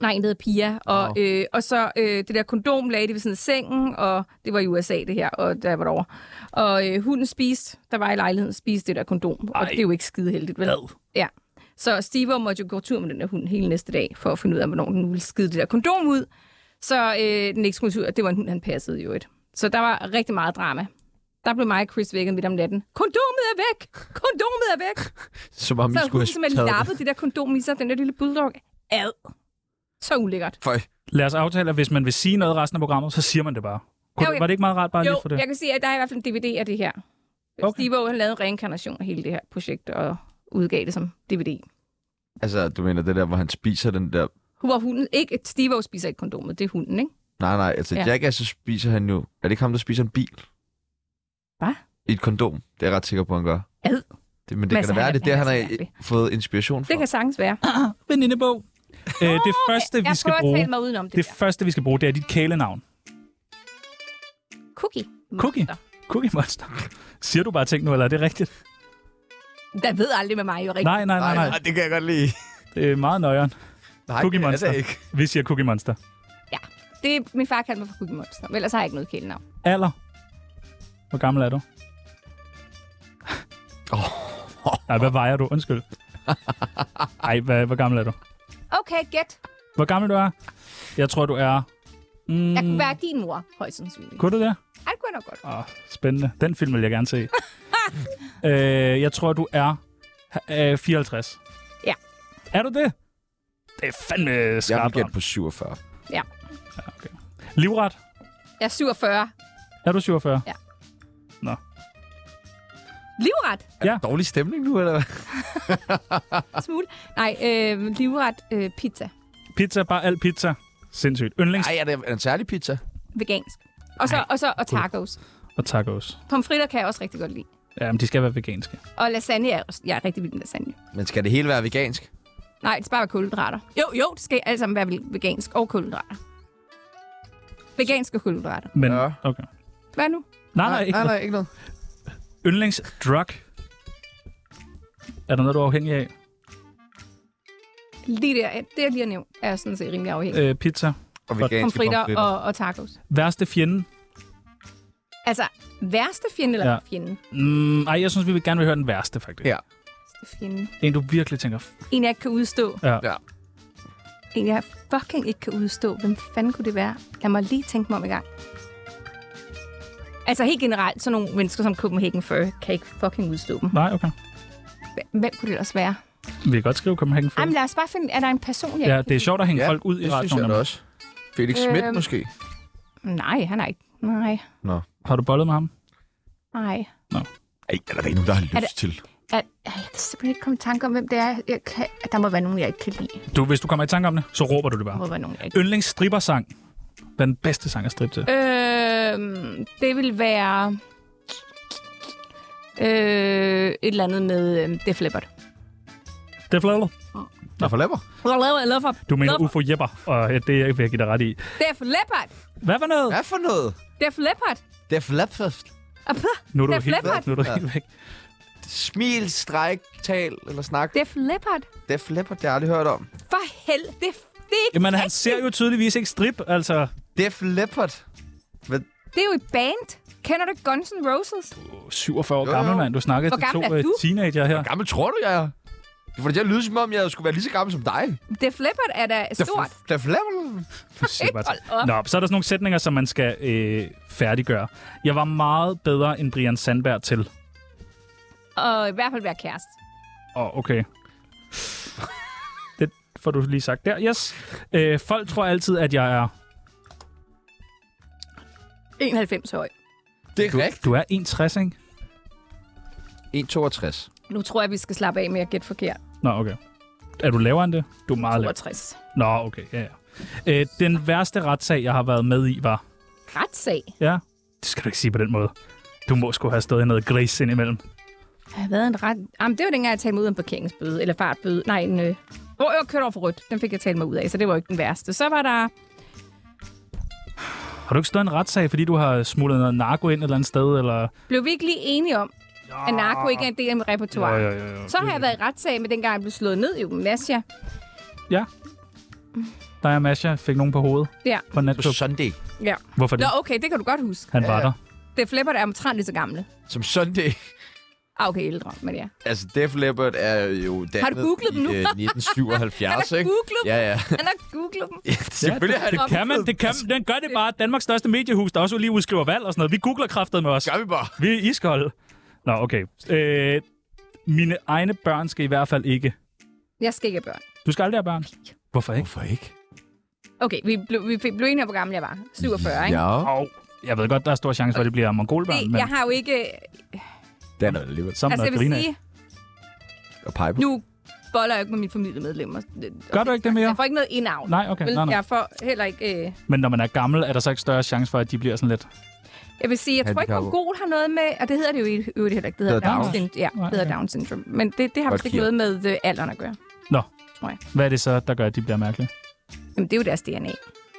Speaker 6: nej, en hedder Pia, og,
Speaker 8: Nå.
Speaker 6: øh, og så øh, det der kondom lagde de ved siden af sengen, og det var i USA det her, og der var derovre. Og øh, hunden spiste, der var i lejligheden, spiste det der kondom, Ej. og
Speaker 4: Ej.
Speaker 6: det er jo ikke skide heldigt, vel?
Speaker 4: Ad.
Speaker 6: Ja. Så Steve måtte jo gå tur med den der hund hele næste dag, for at finde ud af, hvornår den nu ville skide det der kondom ud. Så øh, den ikke skulle ud, og det var en hund, han passede jo et. Så der var rigtig meget drama. Der blev mig og Chris vækket midt om natten. Kondomet er væk! Kondomet er væk!
Speaker 8: Som om vi
Speaker 6: Så
Speaker 8: skulle
Speaker 6: hun
Speaker 8: have
Speaker 6: simpelthen
Speaker 8: taget det.
Speaker 6: lappede det der kondom i sig, den der lille bulldog. Ad! Så ulækkert.
Speaker 8: Føj.
Speaker 4: Lad os aftale, at hvis man vil sige noget resten af programmet, så siger man det bare. Kunne,
Speaker 6: Ja, okay.
Speaker 4: Var det ikke meget rart bare lige
Speaker 6: Jo,
Speaker 4: for det?
Speaker 6: jeg kan sige, at der er i hvert fald en DVD af det her.
Speaker 4: Okay.
Speaker 6: Okay. Steve han lavede en reinkarnation af hele det her projekt, og udgav det som DVD.
Speaker 8: Altså, du mener det der, hvor han spiser den der...
Speaker 6: Hvor hunden ikke... Steve spiser ikke kondomet, det er hunden, ikke?
Speaker 8: Nej, nej, altså ja.
Speaker 6: Ja.
Speaker 8: Jackass, så spiser han jo... Er det ikke ham, der spiser en bil?
Speaker 6: Hvad?
Speaker 8: I et kondom. Det er jeg ret sikker på, han gør.
Speaker 6: Ad.
Speaker 8: Det, men det
Speaker 6: Mads,
Speaker 8: kan da være,
Speaker 6: han er-
Speaker 8: det er det, han
Speaker 6: han er
Speaker 8: har
Speaker 6: så mærkelig.
Speaker 8: fået inspiration fra.
Speaker 6: Det kan sagtens være.
Speaker 4: Venindebog. Øh, det første, vi
Speaker 6: jeg
Speaker 4: skal
Speaker 6: prøver at
Speaker 4: bruge,
Speaker 6: tale mig udenom det,
Speaker 4: det
Speaker 6: det der.
Speaker 4: første, vi skal bruge, det er dit kælenavn.
Speaker 6: Cookie.
Speaker 4: Cookie? Cookie Monster. *laughs* Siger du bare ting nu, eller er det rigtigt?
Speaker 6: Der ved aldrig med mig jo rigtigt.
Speaker 4: Nej, nej, nej, nej.
Speaker 8: det kan jeg godt lide.
Speaker 4: Det er meget nøjeren.
Speaker 8: Nej,
Speaker 4: Cookie
Speaker 8: det er
Speaker 4: Monster.
Speaker 8: det ikke.
Speaker 4: Vi siger Cookie Monster.
Speaker 6: Det er, min far kaldte mig for Cookie Monster, men ellers har jeg ikke noget kælenavn.
Speaker 4: Alder. Hvor gammel er *laughs* du? Nej, hvad vejer du? Undskyld. Ej, hvad, hvor gammel er du?
Speaker 6: Okay, gæt.
Speaker 4: Hvor gammel du er? Jeg tror, du er... Mm,
Speaker 6: Jeg kunne være din mor, højst sandsynligt.
Speaker 4: kunne du det?
Speaker 6: Ej, det kunne jeg nok godt.
Speaker 4: Åh, spændende. Den film vil jeg gerne
Speaker 6: *laughs*
Speaker 4: se. øh, jeg tror, du er øh, 54.
Speaker 6: Ja.
Speaker 4: Er du det? Det er fandme
Speaker 8: Jeg vil
Speaker 4: skarpt.
Speaker 8: gætte på 47.
Speaker 4: Livret.
Speaker 6: Jeg er 47.
Speaker 4: Er du 47?
Speaker 6: Livret.
Speaker 8: Dårlig stemning nu, eller hvad?
Speaker 6: En smule. Nej, øh, livret øh, pizza.
Speaker 4: Pizza, bare alt pizza. Sindssygt. Yndlings
Speaker 8: Nej, er det en særlig pizza?
Speaker 6: Vegansk. Og så, og så og tacos.
Speaker 4: og tacos.
Speaker 6: Pomfritter kan jeg også rigtig godt lide.
Speaker 4: Jamen, de skal være veganske.
Speaker 6: Og lasagne, er, også- jeg er rigtig vild med lasagne.
Speaker 8: Men skal det hele være vegansk?
Speaker 6: Nej, det skal bare være kulhydrater. Jo, jo, det skal alt sammen være vegansk og kulhydrater. Veganske kulhydrater.
Speaker 4: Men,
Speaker 8: Ja.
Speaker 4: okay.
Speaker 6: Hvad nu?
Speaker 4: Nej, nej, ikke
Speaker 8: nej,
Speaker 4: noget.
Speaker 8: nej, ikke noget.
Speaker 4: Yndlingsdrug. Er der noget, du er afhængig af?
Speaker 6: Lige der, det jeg lige har nævnt, er jeg sådan set rimelig afhængig.
Speaker 4: Øh, pizza.
Speaker 8: Og veganske
Speaker 6: pomfritter og, og tacos.
Speaker 4: Værste fjende?
Speaker 6: Altså, værste fjende eller
Speaker 4: Ja.
Speaker 6: ja. fjende?
Speaker 4: Mm, ej, jeg synes, vi vil gerne vil høre den værste, faktisk.
Speaker 8: Ja.
Speaker 6: Værste fjende.
Speaker 4: En, du virkelig tænker... f-
Speaker 6: En, jeg ikke kan udstå.
Speaker 4: Ja.
Speaker 8: Ja.
Speaker 6: En, jeg fucking ikke kan udstå. Hvem fanden kunne det være? Lad mig lige tænke mig om i gang. Altså helt generelt, sådan nogle mennesker som Copenhagen Fur, kan jeg ikke fucking udstå dem.
Speaker 4: Nej, okay.
Speaker 6: Hvem- Hvem kunne det ellers være?
Speaker 4: Vi kan godt skrive Copenhagen Fur.
Speaker 6: Jamen lad os bare finde, er der en person, jeg
Speaker 4: Ja,
Speaker 6: ikke
Speaker 4: det er sjovt at hænge
Speaker 8: Ja,
Speaker 4: ja, folk ud i
Speaker 8: det synes
Speaker 4: radioen.
Speaker 8: jeg da
Speaker 4: nemlig.
Speaker 8: også. Felix Schmidt
Speaker 6: Øhm.
Speaker 8: måske?
Speaker 6: lide? Nej, han er ikke. Nej,
Speaker 4: Har du bollet med ham?
Speaker 6: nej.
Speaker 8: Ej, er der ikke nogen, der har
Speaker 6: Er
Speaker 8: lyst
Speaker 6: det-
Speaker 8: til?
Speaker 6: Jeg, jeg kan simpelthen ikke komme i tanke om, hvem det er. Jeg kan, der må være nogen, jeg ikke kan lide.
Speaker 4: Du, hvis du kommer i tanke om det, så råber du det
Speaker 6: Der
Speaker 4: bare.
Speaker 6: må være nogen, jeg ikke
Speaker 4: Yndlingsstrippersang. Hvad er den bedste sang at strippe til?
Speaker 6: Øhm, det vil være... Øh, et eller andet med øh, Def Leppard.
Speaker 4: Det er flot.
Speaker 8: Jeg forlaber.
Speaker 4: Du mener
Speaker 6: Nå.
Speaker 4: Ufo Jepper, og øh, det vil jeg give dig ret i.
Speaker 6: Def Leppard!
Speaker 4: Hvad for noget?
Speaker 8: Hvad for noget?
Speaker 6: Def Leppard!
Speaker 8: Det er flapfest.
Speaker 6: Ah, pah.
Speaker 4: Nu er du
Speaker 6: Def
Speaker 4: helt,
Speaker 6: Leppard.
Speaker 4: nu er du helt væk.
Speaker 1: smil, stræk, tal eller snak.
Speaker 6: Def Leppard?
Speaker 1: Def Leppard, det har jeg aldrig hørt om.
Speaker 6: For helvede, det, det, er ikke
Speaker 4: Jamen, han
Speaker 6: rigtigt.
Speaker 4: ser jo tydeligvis ikke strip, altså.
Speaker 1: Def Leppard.
Speaker 6: det er jo et band. Kender du ikke Guns N' Roses?
Speaker 4: 47 år
Speaker 1: Jo,
Speaker 4: gammel,
Speaker 1: jo.
Speaker 4: mand. Du snakker
Speaker 6: Hvor
Speaker 4: til to
Speaker 6: gammel er
Speaker 4: øh,
Speaker 6: du?
Speaker 4: teenager her.
Speaker 1: Gammel tror du, jeg er? Det får det til at lyde, som om jeg skulle være lige så gammel som dig.
Speaker 6: Def Leppard er da
Speaker 1: Def-
Speaker 6: stort.
Speaker 1: Def Leppard.
Speaker 4: Du siger bare til-
Speaker 6: Hold op.
Speaker 4: Nå, så er der sådan nogle sætninger, som man skal øh, færdiggøre. Jeg var meget bedre end Brian Sandberg til.
Speaker 6: Og i hvert fald være kæreste.
Speaker 4: Åh, oh, okay. det får du lige sagt der. Yes. Øh, folk tror altid, at jeg er...
Speaker 6: 91 høj.
Speaker 1: Det er rigtigt.
Speaker 4: Du er 61, ikke?
Speaker 1: 1,62.
Speaker 6: Nu tror jeg, vi skal slappe af med at gætte forkert.
Speaker 4: Nå, okay. Er du lavere end det? Du er meget lavere.
Speaker 6: 62.
Speaker 4: Nå, okay. Ja, ja. Øh, den værste retssag, jeg har været med i, var...
Speaker 6: Retssag.
Speaker 4: Ja, det skal du ikke sige på den måde. Du må sgu have stået i noget gris indimellem.
Speaker 6: Jeg har været en ret... Jamen, det var dengang, jeg talte mig ud af en parkeringsbøde, eller fartbøde. Nej, en... Øh... Hvor jeg kørte over for rødt. Den fik jeg talt mig ud af, så det var jo ikke den værste. Så var der...
Speaker 4: Har du ikke stået i en retssag, fordi du har smuglet noget narko ind et eller andet sted? Eller...
Speaker 6: Blev vi ikke lige enige om, at narko ikke er en del af mit repertoire?
Speaker 4: ja, ja, ja.
Speaker 6: Så har jeg været i retssag med dengang, jeg blev slået ned i Masja.
Speaker 4: Der er Masha fik nogen på hovedet.
Speaker 6: Ja.
Speaker 4: På en
Speaker 1: På
Speaker 4: natklub.
Speaker 1: Sunday.
Speaker 6: Ja.
Speaker 4: Hvorfor det?
Speaker 6: Nå, øh, okay, det kan du godt huske.
Speaker 4: Han var
Speaker 1: Ja, ja.
Speaker 4: der.
Speaker 6: Det flipper, der er omtrent lige så gamle.
Speaker 1: Som Sunday.
Speaker 6: Ah, okay, ældre, men ja.
Speaker 1: Altså, Def Leppard er jo dannet
Speaker 6: Har du googlet
Speaker 1: i
Speaker 6: dem nu?
Speaker 1: øh, 1977,
Speaker 6: Han *laughs* har
Speaker 1: ikke?
Speaker 6: googlet
Speaker 1: Ja, *laughs* ja.
Speaker 6: Han har googlet dem.
Speaker 1: ja selvfølgelig har det.
Speaker 4: Det kan man, det kan man. Den gør det bare. Danmarks største mediehus, der også lige udskriver valg og sådan noget. Vi googler kraftet med os.
Speaker 1: Gør vi bare.
Speaker 4: Vi er iskolde. Nå, okay. Øh, mine egne børn skal i hvert fald ikke.
Speaker 6: Jeg skal ikke have børn.
Speaker 4: Du skal aldrig have børn. Hvorfor ikke?
Speaker 1: Hvorfor ikke?
Speaker 6: Okay, vi blev, vi fik- blev enige om, hvor gammel jeg var. 47, ikke?
Speaker 1: Ja,
Speaker 4: Og jeg ved godt, der er stor chance for, at det bliver mongolbørn,
Speaker 6: Det,
Speaker 4: men
Speaker 6: jeg har jo ikke...
Speaker 1: det er noget alligevel.
Speaker 4: som
Speaker 6: Altså,
Speaker 4: altså,
Speaker 6: jeg
Speaker 4: der
Speaker 6: vil
Speaker 4: griner af.
Speaker 6: sige,
Speaker 1: Og Piper.
Speaker 6: nu boller jeg jo ikke med mine familiemedlemmer.
Speaker 4: Gør du ikke det mere?
Speaker 6: Jeg får ikke noget indavn.
Speaker 4: Nej, okay.
Speaker 6: Vel,
Speaker 4: Nej, nej.
Speaker 6: Jeg får heller ikke... Øh...
Speaker 4: Men når man er gammel, er der så ikke større chance for, at de bliver sådan lidt...
Speaker 6: Jeg vil sige, jeg tror ikke,
Speaker 1: Handicap.
Speaker 6: mongol har noget med... Og det hedder det jo i øvrigt heller ikke. Det hedder
Speaker 1: Det hedder
Speaker 6: Down,
Speaker 1: Downs.
Speaker 6: syndrome. Ja,
Speaker 4: Nej,
Speaker 6: det hedder
Speaker 4: ja.
Speaker 6: Down syndrome. Men det, det har
Speaker 1: Godt
Speaker 6: vist ikke
Speaker 1: gear.
Speaker 6: noget med øh, alderen at gøre.
Speaker 4: Hvad er det så, der gør, at de bliver mærkelige?
Speaker 6: Jamen, det er jo deres DNA.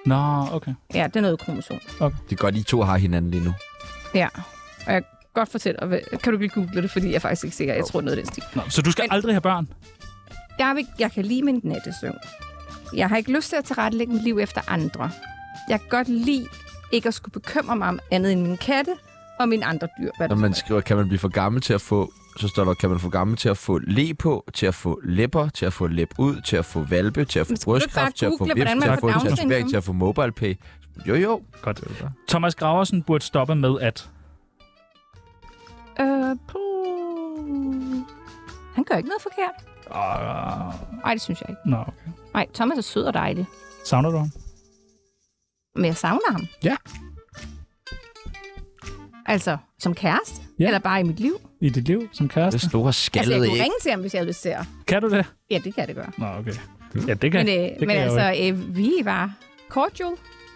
Speaker 4: Nå, okay.
Speaker 6: Ja, det er noget kromosom.
Speaker 1: Det er godt, I to har hinanden lige nu.
Speaker 6: Ja, og jeg kan godt fortælle dig, hvad- kan du ikke lige google det, fordi jeg er faktisk ikke sikker. Jeg tror noget af den stil.
Speaker 4: Nå, så du skal
Speaker 6: Men-
Speaker 4: aldrig have børn?
Speaker 6: Jeg, vil, jeg kan lide min nattesøvn. Jeg har ikke lyst til at tilrettelægge mit liv efter andre. Jeg kan godt lide ikke at skulle bekymre mig om andet end min katte og mine andre dyr. Hvad
Speaker 1: Når
Speaker 6: der
Speaker 1: man
Speaker 6: så er.
Speaker 1: skriver, kan man blive for gammel til at få... Så står der, kan man få gammel til at få le på, til at få læpper, til at få læb ud, til at få valpe, til at få
Speaker 6: Men skal du ikke bare
Speaker 1: brystkræft, til at få
Speaker 6: google,
Speaker 1: vips,
Speaker 6: hvordan man
Speaker 1: til at få
Speaker 6: får Down
Speaker 1: tatovering,
Speaker 6: syndrome?
Speaker 1: til at få mobile pay. Jo, jo.
Speaker 4: Godt.
Speaker 1: Det er jo der.
Speaker 4: Thomas Graversen burde stoppe med at...
Speaker 6: Øh, puh. Han gør ikke noget forkert.
Speaker 4: Uh,
Speaker 6: Nej, det synes jeg ikke.
Speaker 4: nå, okay.
Speaker 6: Nej, Thomas er sød og dejlig.
Speaker 4: Savner du ham?
Speaker 6: Men jeg savner ham.
Speaker 4: Ja.
Speaker 6: Altså, som kæreste?
Speaker 4: Ja.
Speaker 6: Ja. Eller bare i mit liv?
Speaker 4: I dit liv som kæreste?
Speaker 1: Det store
Speaker 6: Altså, jeg
Speaker 1: skaldede
Speaker 6: kunne
Speaker 1: æg.
Speaker 6: ringe til ham, hvis jeg havde lyst til at...
Speaker 4: Kan du det?
Speaker 6: Ja, det kan jeg det gøre.
Speaker 4: Nå, okay. Ja, det kan,
Speaker 6: Men, øh,
Speaker 4: det
Speaker 6: men
Speaker 4: kan jeg jo
Speaker 6: altså, øh, vi var cordial,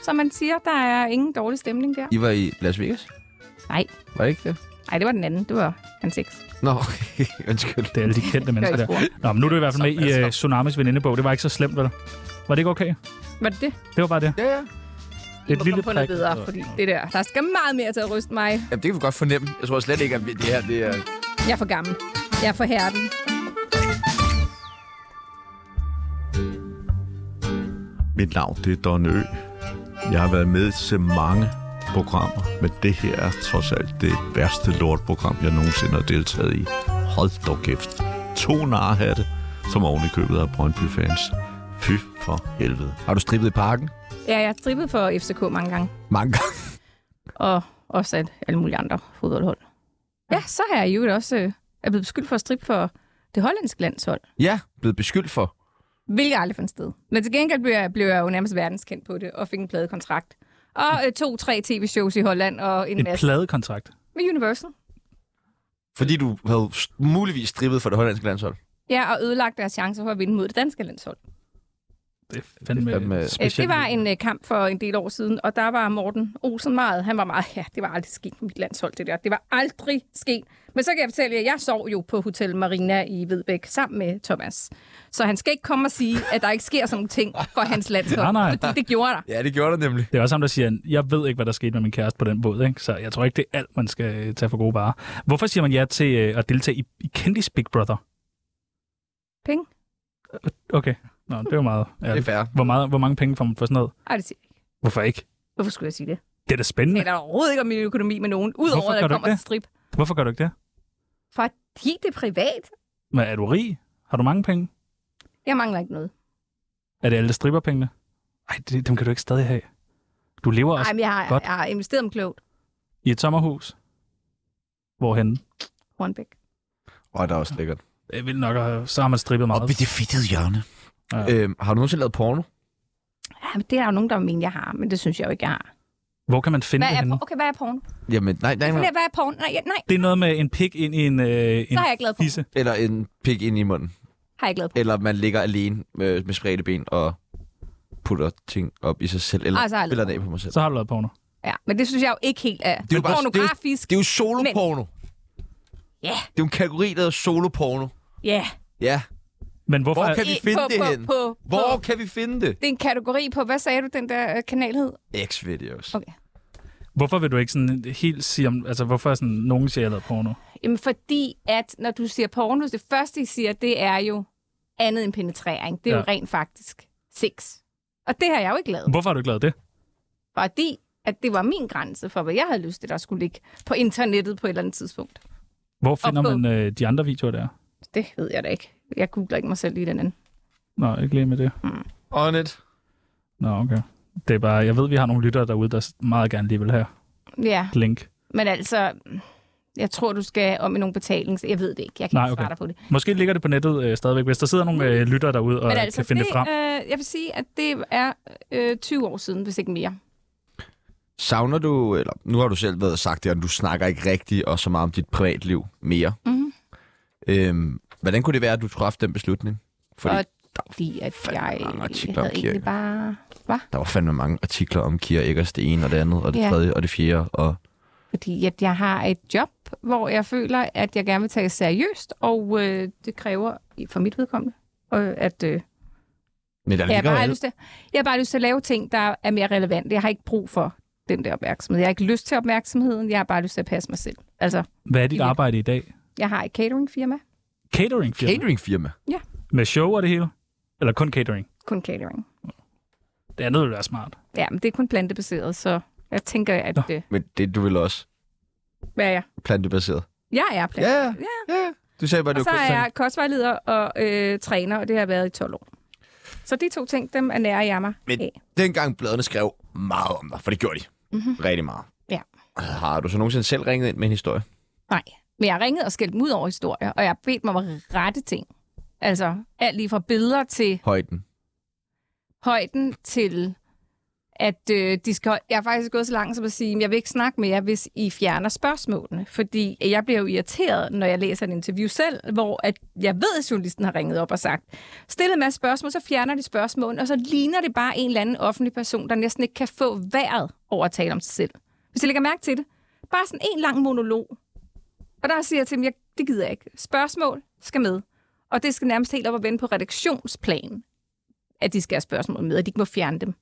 Speaker 6: som man siger. Der er ingen dårlig stemning der.
Speaker 1: I var i Las Vegas?
Speaker 6: Nej.
Speaker 1: Var det ikke det?
Speaker 6: Nej, det var den anden. Det var hans eks.
Speaker 1: Nå, okay. *laughs* undskyld.
Speaker 4: ikke. Det er alle de
Speaker 6: *laughs*
Speaker 4: kendte mennesker der. Nå, men nu er du i hvert fald med i uh, Tsunamis venindebog. Det var ikke så slemt, vel? Var det ikke okay?
Speaker 6: Var det det?
Speaker 4: Det var bare det.
Speaker 1: Ja, ja.
Speaker 6: Vi
Speaker 4: Et
Speaker 6: må komme
Speaker 4: lille
Speaker 6: på noget
Speaker 4: prik.
Speaker 6: bedre, fordi det der. Der skal meget mere til at ryste mig.
Speaker 1: Jamen, det kan vi godt fornemme. Jeg tror slet ikke, at vi- det her det er...
Speaker 6: Jeg er for gammel. Jeg er for herden.
Speaker 9: Mit navn det er Don Ø. Jeg har været med til mange programmer, men det her er trods alt det værste lortprogram, jeg nogensinde har deltaget i. Hold dog kæft. To narhatte, som oven i købet af Brøndby-fans. Fy for helvede.
Speaker 1: Har du strippet i parken?
Speaker 6: Ja, jeg har strippet for FCK mange gange.
Speaker 1: Mange gange.
Speaker 6: Og også at alle mulige andre fodboldhold. Ja, så har jeg jo også øh, er blevet beskyldt for at strippe for det hollandske landshold.
Speaker 1: Ja, blevet beskyldt for.
Speaker 6: Hvilket aldrig fandt sted. Men til gengæld blev jeg, blev jeg jo nærmest verdenskendt på det, og fik en pladekontrakt. Og øh, to-tre tv-shows i Holland, og en,
Speaker 4: En
Speaker 6: masse
Speaker 4: pladekontrakt.
Speaker 6: med Universal.
Speaker 1: Fordi du havde s- muligvis strippet for det hollandske landshold.
Speaker 6: Ja, og ødelagt deres chancer for at vinde mod det danske landshold.
Speaker 4: Det er fandme, det er
Speaker 1: fandme-
Speaker 4: fandme
Speaker 1: Øh,
Speaker 6: Øh,
Speaker 4: specielt.
Speaker 6: Det var en øh, kamp for en del år siden, og der var Morten Olsen meget. Han var meget, ja, det var aldrig sket på mit landshold, det der. Det var aldrig sket. Men så kan jeg fortælle jer, jeg sov jo på Hotel Marina i Vedbæk sammen med Thomas. Så han skal ikke komme og sige, at der ikke sker sådan nogle ting for hans landshold.
Speaker 4: *laughs* Nej, nej.
Speaker 6: Fordi det gjorde der.
Speaker 1: Ja, det gjorde der nemlig.
Speaker 4: Det er også ham, der siger, jeg ved ikke, hvad der skete med min kæreste på den båd, ikke? så jeg tror ikke, det er alt, man skal øh, tage for gode varer. Hvorfor siger man ja til øh, at deltage i, i Kendis Big Brother? Øh,
Speaker 6: Penge?
Speaker 4: Okay, Nå, det var meget.
Speaker 1: *laughs* Det
Speaker 4: Ja.
Speaker 1: er fair.
Speaker 4: Hvor, meget, hvor mange penge får man for sådan noget?
Speaker 6: Ej, det siger jeg ikke.
Speaker 4: Hvorfor ikke?
Speaker 6: Hvorfor skulle jeg sige det?
Speaker 4: Det er da
Speaker 6: Jeg
Speaker 4: spændende.
Speaker 6: taler overhovedet ikke om min økonomi med nogen,
Speaker 4: Hvorfor
Speaker 6: udover at
Speaker 4: gør
Speaker 6: jeg
Speaker 4: du
Speaker 6: kommer
Speaker 4: ikke
Speaker 6: til
Speaker 4: det?
Speaker 6: strip.
Speaker 4: Hvorfor gør du ikke det?
Speaker 6: Fordi det er privat.
Speaker 4: Men er du rig? Har du mange penge?
Speaker 6: Jeg mangler ikke noget.
Speaker 4: Er det alle, der stripper pengene? Ej, det, dem kan du ikke stadig have. Du lever også
Speaker 6: Nej, men jeg har,
Speaker 4: godt.
Speaker 6: jeg har investeret dem klogt.
Speaker 4: i et sommerhus. Hvorhen?
Speaker 6: Hornbæk.
Speaker 1: Og der er også lækkert.
Speaker 4: Jeg vil nok, og så har man strippet meget.
Speaker 7: Op i det fedtede hjørne.
Speaker 4: Ja.
Speaker 1: Øhm, har du nogensinde lavet porno?
Speaker 6: Ja, men det er der jo nogen, der mener, jeg har, men det synes jeg jo ikke, jeg har.
Speaker 4: Hvor kan man finde
Speaker 6: Hvad
Speaker 4: det henne?
Speaker 6: er, okay, hvad er porno?
Speaker 1: Jamen, nej, nej, nej.
Speaker 6: Hvad er porno? Nej, ja, nej,
Speaker 4: Det er noget med en pik ind i en, øh, en
Speaker 6: så har jeg glad for.
Speaker 4: fisse.
Speaker 1: Eller en pik ind i munden.
Speaker 6: Har jeg glad på.
Speaker 1: Eller man ligger alene med, med spredte ben og putter ting op i sig selv. Eller
Speaker 6: Ej, så har jeg
Speaker 1: spiller
Speaker 6: lavet
Speaker 1: den af på mig selv.
Speaker 4: Så har du lavet porno.
Speaker 6: Ja, men det synes jeg jo ikke helt er. Det
Speaker 1: jo bare-
Speaker 6: pornografisk.
Speaker 1: Det er jo soloporno.
Speaker 6: Ja.
Speaker 1: Det er jo en kategori, der hedder soloporno.
Speaker 6: Ja.
Speaker 1: Ja.
Speaker 4: Men hvorfor
Speaker 1: Hvor
Speaker 4: er,
Speaker 1: kan vi
Speaker 6: I-
Speaker 1: finde
Speaker 6: på,
Speaker 1: det
Speaker 6: på,
Speaker 1: hen?
Speaker 6: På, på,
Speaker 1: Hvor kan vi finde det?
Speaker 6: Det er en kategori på, hvad sagde du, den der øh, kanal hed?
Speaker 1: X-videos.
Speaker 6: Okay.
Speaker 4: hvorfor vil du ikke sådan helt sige om... Altså, hvorfor er sådan, nogen siger, jeg har lavet porno?
Speaker 6: Jamen, fordi at når du siger porno, det første, I siger, det er jo andet end penetrering. Det er ja. jo
Speaker 4: Ja.
Speaker 6: rent faktisk sex. Og det har jeg jo ikke lavet.
Speaker 4: Hvorfor har du ikke lavet det?
Speaker 6: Fordi at det var min grænse for, hvad jeg havde lyst til, der skulle ligge på internettet på et eller andet tidspunkt.
Speaker 4: Hvor finder
Speaker 6: på-
Speaker 4: man øh, de andre videoer der?
Speaker 6: Det ved jeg da ikke. Jeg googler ikke mig selv i den anden.
Speaker 4: Nå, ikke lige med det.
Speaker 1: On it.
Speaker 4: Nå, okay. Det er bare... Jeg ved, vi har nogle lyttere derude, der meget gerne lige vil have
Speaker 6: Ja,
Speaker 4: et link.
Speaker 6: men altså, jeg tror, du skal om i nogle betalings... Jeg ved det ikke. Jeg kan
Speaker 4: Nej,
Speaker 6: ikke
Speaker 4: okay.
Speaker 6: svare dig på det.
Speaker 4: Måske ligger det på nettet øh, stadigvæk, hvis der sidder nogle øh, lyttere derude og
Speaker 6: Mm. Men
Speaker 4: altså, kan finde det,
Speaker 6: det
Speaker 4: frem.
Speaker 6: Øh, jeg vil sige, at det er øh, 20 år siden, hvis ikke mere.
Speaker 1: Savner du, eller nu har du selv været sagt det, og du snakker ikke rigtigt og så meget om dit privatliv mere.
Speaker 6: Mhm.
Speaker 1: Øhm, hvordan kunne det være, at du træffede den beslutning? Fordi
Speaker 6: Og fordi at
Speaker 1: fandme
Speaker 6: jeg
Speaker 1: mange artikler om
Speaker 6: havde
Speaker 1: kirke.
Speaker 6: egentlig bare...
Speaker 1: der var fandme mange artikler om Kira Eggers, det ene og det andet, og det
Speaker 6: Ja.
Speaker 1: tredje og det fjerde. Og
Speaker 6: Fordi at jeg har et job, hvor jeg føler, at jeg gerne vil tage seriøst, og øh, det kræver i- for mit vedkommende, øh, at øh,
Speaker 1: Men der
Speaker 6: jeg,
Speaker 1: ligger
Speaker 6: bare har
Speaker 1: alle-
Speaker 6: lyst til, jeg har bare lyst til at lave ting, der er mere relevante. Jeg har ikke brug for den der opmærksomhed. Jeg har ikke lyst til opmærksomheden, jeg har bare lyst til at passe mig selv. Altså,
Speaker 4: Hvad er dit
Speaker 6: Ja.
Speaker 4: arbejde i dag?
Speaker 6: jeg har et cateringfirma,
Speaker 4: Catering, Catering.
Speaker 1: cateringfirma.
Speaker 4: Med show og det hele? Eller kun catering?
Speaker 6: kun catering.
Speaker 4: Det andet ville være smart.
Speaker 6: Ja, men det er kun plantebaseret, så jeg tænker, at...
Speaker 4: Nå.
Speaker 6: Øh,
Speaker 1: Men det er du vil også
Speaker 6: hvad er jeg?
Speaker 1: plantebaseret.
Speaker 6: Jeg er plantebaseret.
Speaker 1: Ja, ja. Du sagde bare,
Speaker 6: Og
Speaker 1: det
Speaker 6: så
Speaker 1: var kun...
Speaker 6: er jeg kostvejleder og øh, træner, og det har jeg været i 12 år. Så de to ting, dem er nære jeg mig.
Speaker 1: Men-
Speaker 6: af.
Speaker 1: Dengang bladene skrev meget om dig, for det gjorde de. Mm-hmm. Rigtig meget.
Speaker 6: Ja.
Speaker 1: Har du så nogensinde selv ringet ind med en historie?
Speaker 6: Nej. Men jeg har ringet og skældt dem ud over historier, og jeg har bedt mig om at rette ting. Altså alt lige fra billeder til
Speaker 1: Højden.
Speaker 6: højden til, at øh, de skal... Jeg har faktisk gået så langt som at sige, at jeg vil ikke snakke med jer, hvis I fjerner spørgsmålene. Fordi jeg bliver jo irriteret, når jeg læser et interview selv, hvor at jeg ved, at journalisten har ringet op og sagt, stillet en masse spørgsmål, så fjerner de spørgsmålene, og så ligner det bare en eller anden offentlig person, der næsten ikke kan få vejret over at tale om sig selv. Hvis jeg lægger mærke til det. Bare sådan en lang monolog. Og der siger jeg til dem, jeg, det gider jeg ikke. Spørgsmål skal med. Og det skal nærmest helt op og vende på redaktionsplan at de skal have spørgsmål med, og de ikke må fjerne dem.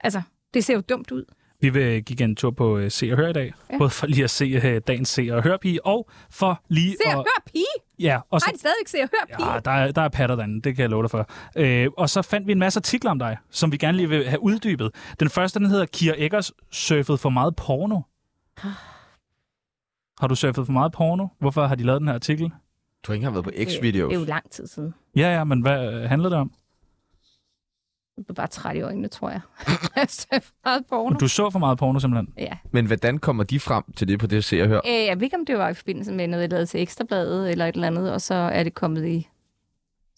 Speaker 6: Altså, det ser jo dumt ud.
Speaker 4: Vi vil give en tur på øh, Se og Hør i dag. Ja.
Speaker 6: Ja.
Speaker 4: Både for lige at se øh, dagens Se og Hør-pige, og for lige
Speaker 6: Se og
Speaker 4: at...
Speaker 6: hør pige!
Speaker 4: Ja, og
Speaker 6: Nej,
Speaker 4: så,
Speaker 6: det er stadigvæk se og hør pige.
Speaker 4: ja, der, er, der er patter derinde, det kan jeg love dig for. Øh, og så fandt vi en masse artikler om dig, som vi gerne lige vil have uddybet. Den første, den hedder Kira Eggers surfede for meget porno.
Speaker 6: Ah.
Speaker 4: Har du surfet for meget porno? Hvorfor har de lavet den her artikel?
Speaker 1: Du har ikke engang været på
Speaker 6: Det er jo
Speaker 1: X-videos.
Speaker 6: lang tid siden.
Speaker 4: Ja, ja, men hvad øh, handler det om?
Speaker 6: Jeg blev bare træt i øjnene, tror jeg. *laughs* jeg ser for meget porno.
Speaker 4: Du så for meget porno simpelthen.
Speaker 6: Ja.
Speaker 1: Men hvordan kommer de frem til det på det, se og hør?
Speaker 6: Øh, jeg ved ikke, om det var i forbindelse med noget, jeg lavede til Ekstrabladet eller et eller andet, og så er det kommet i...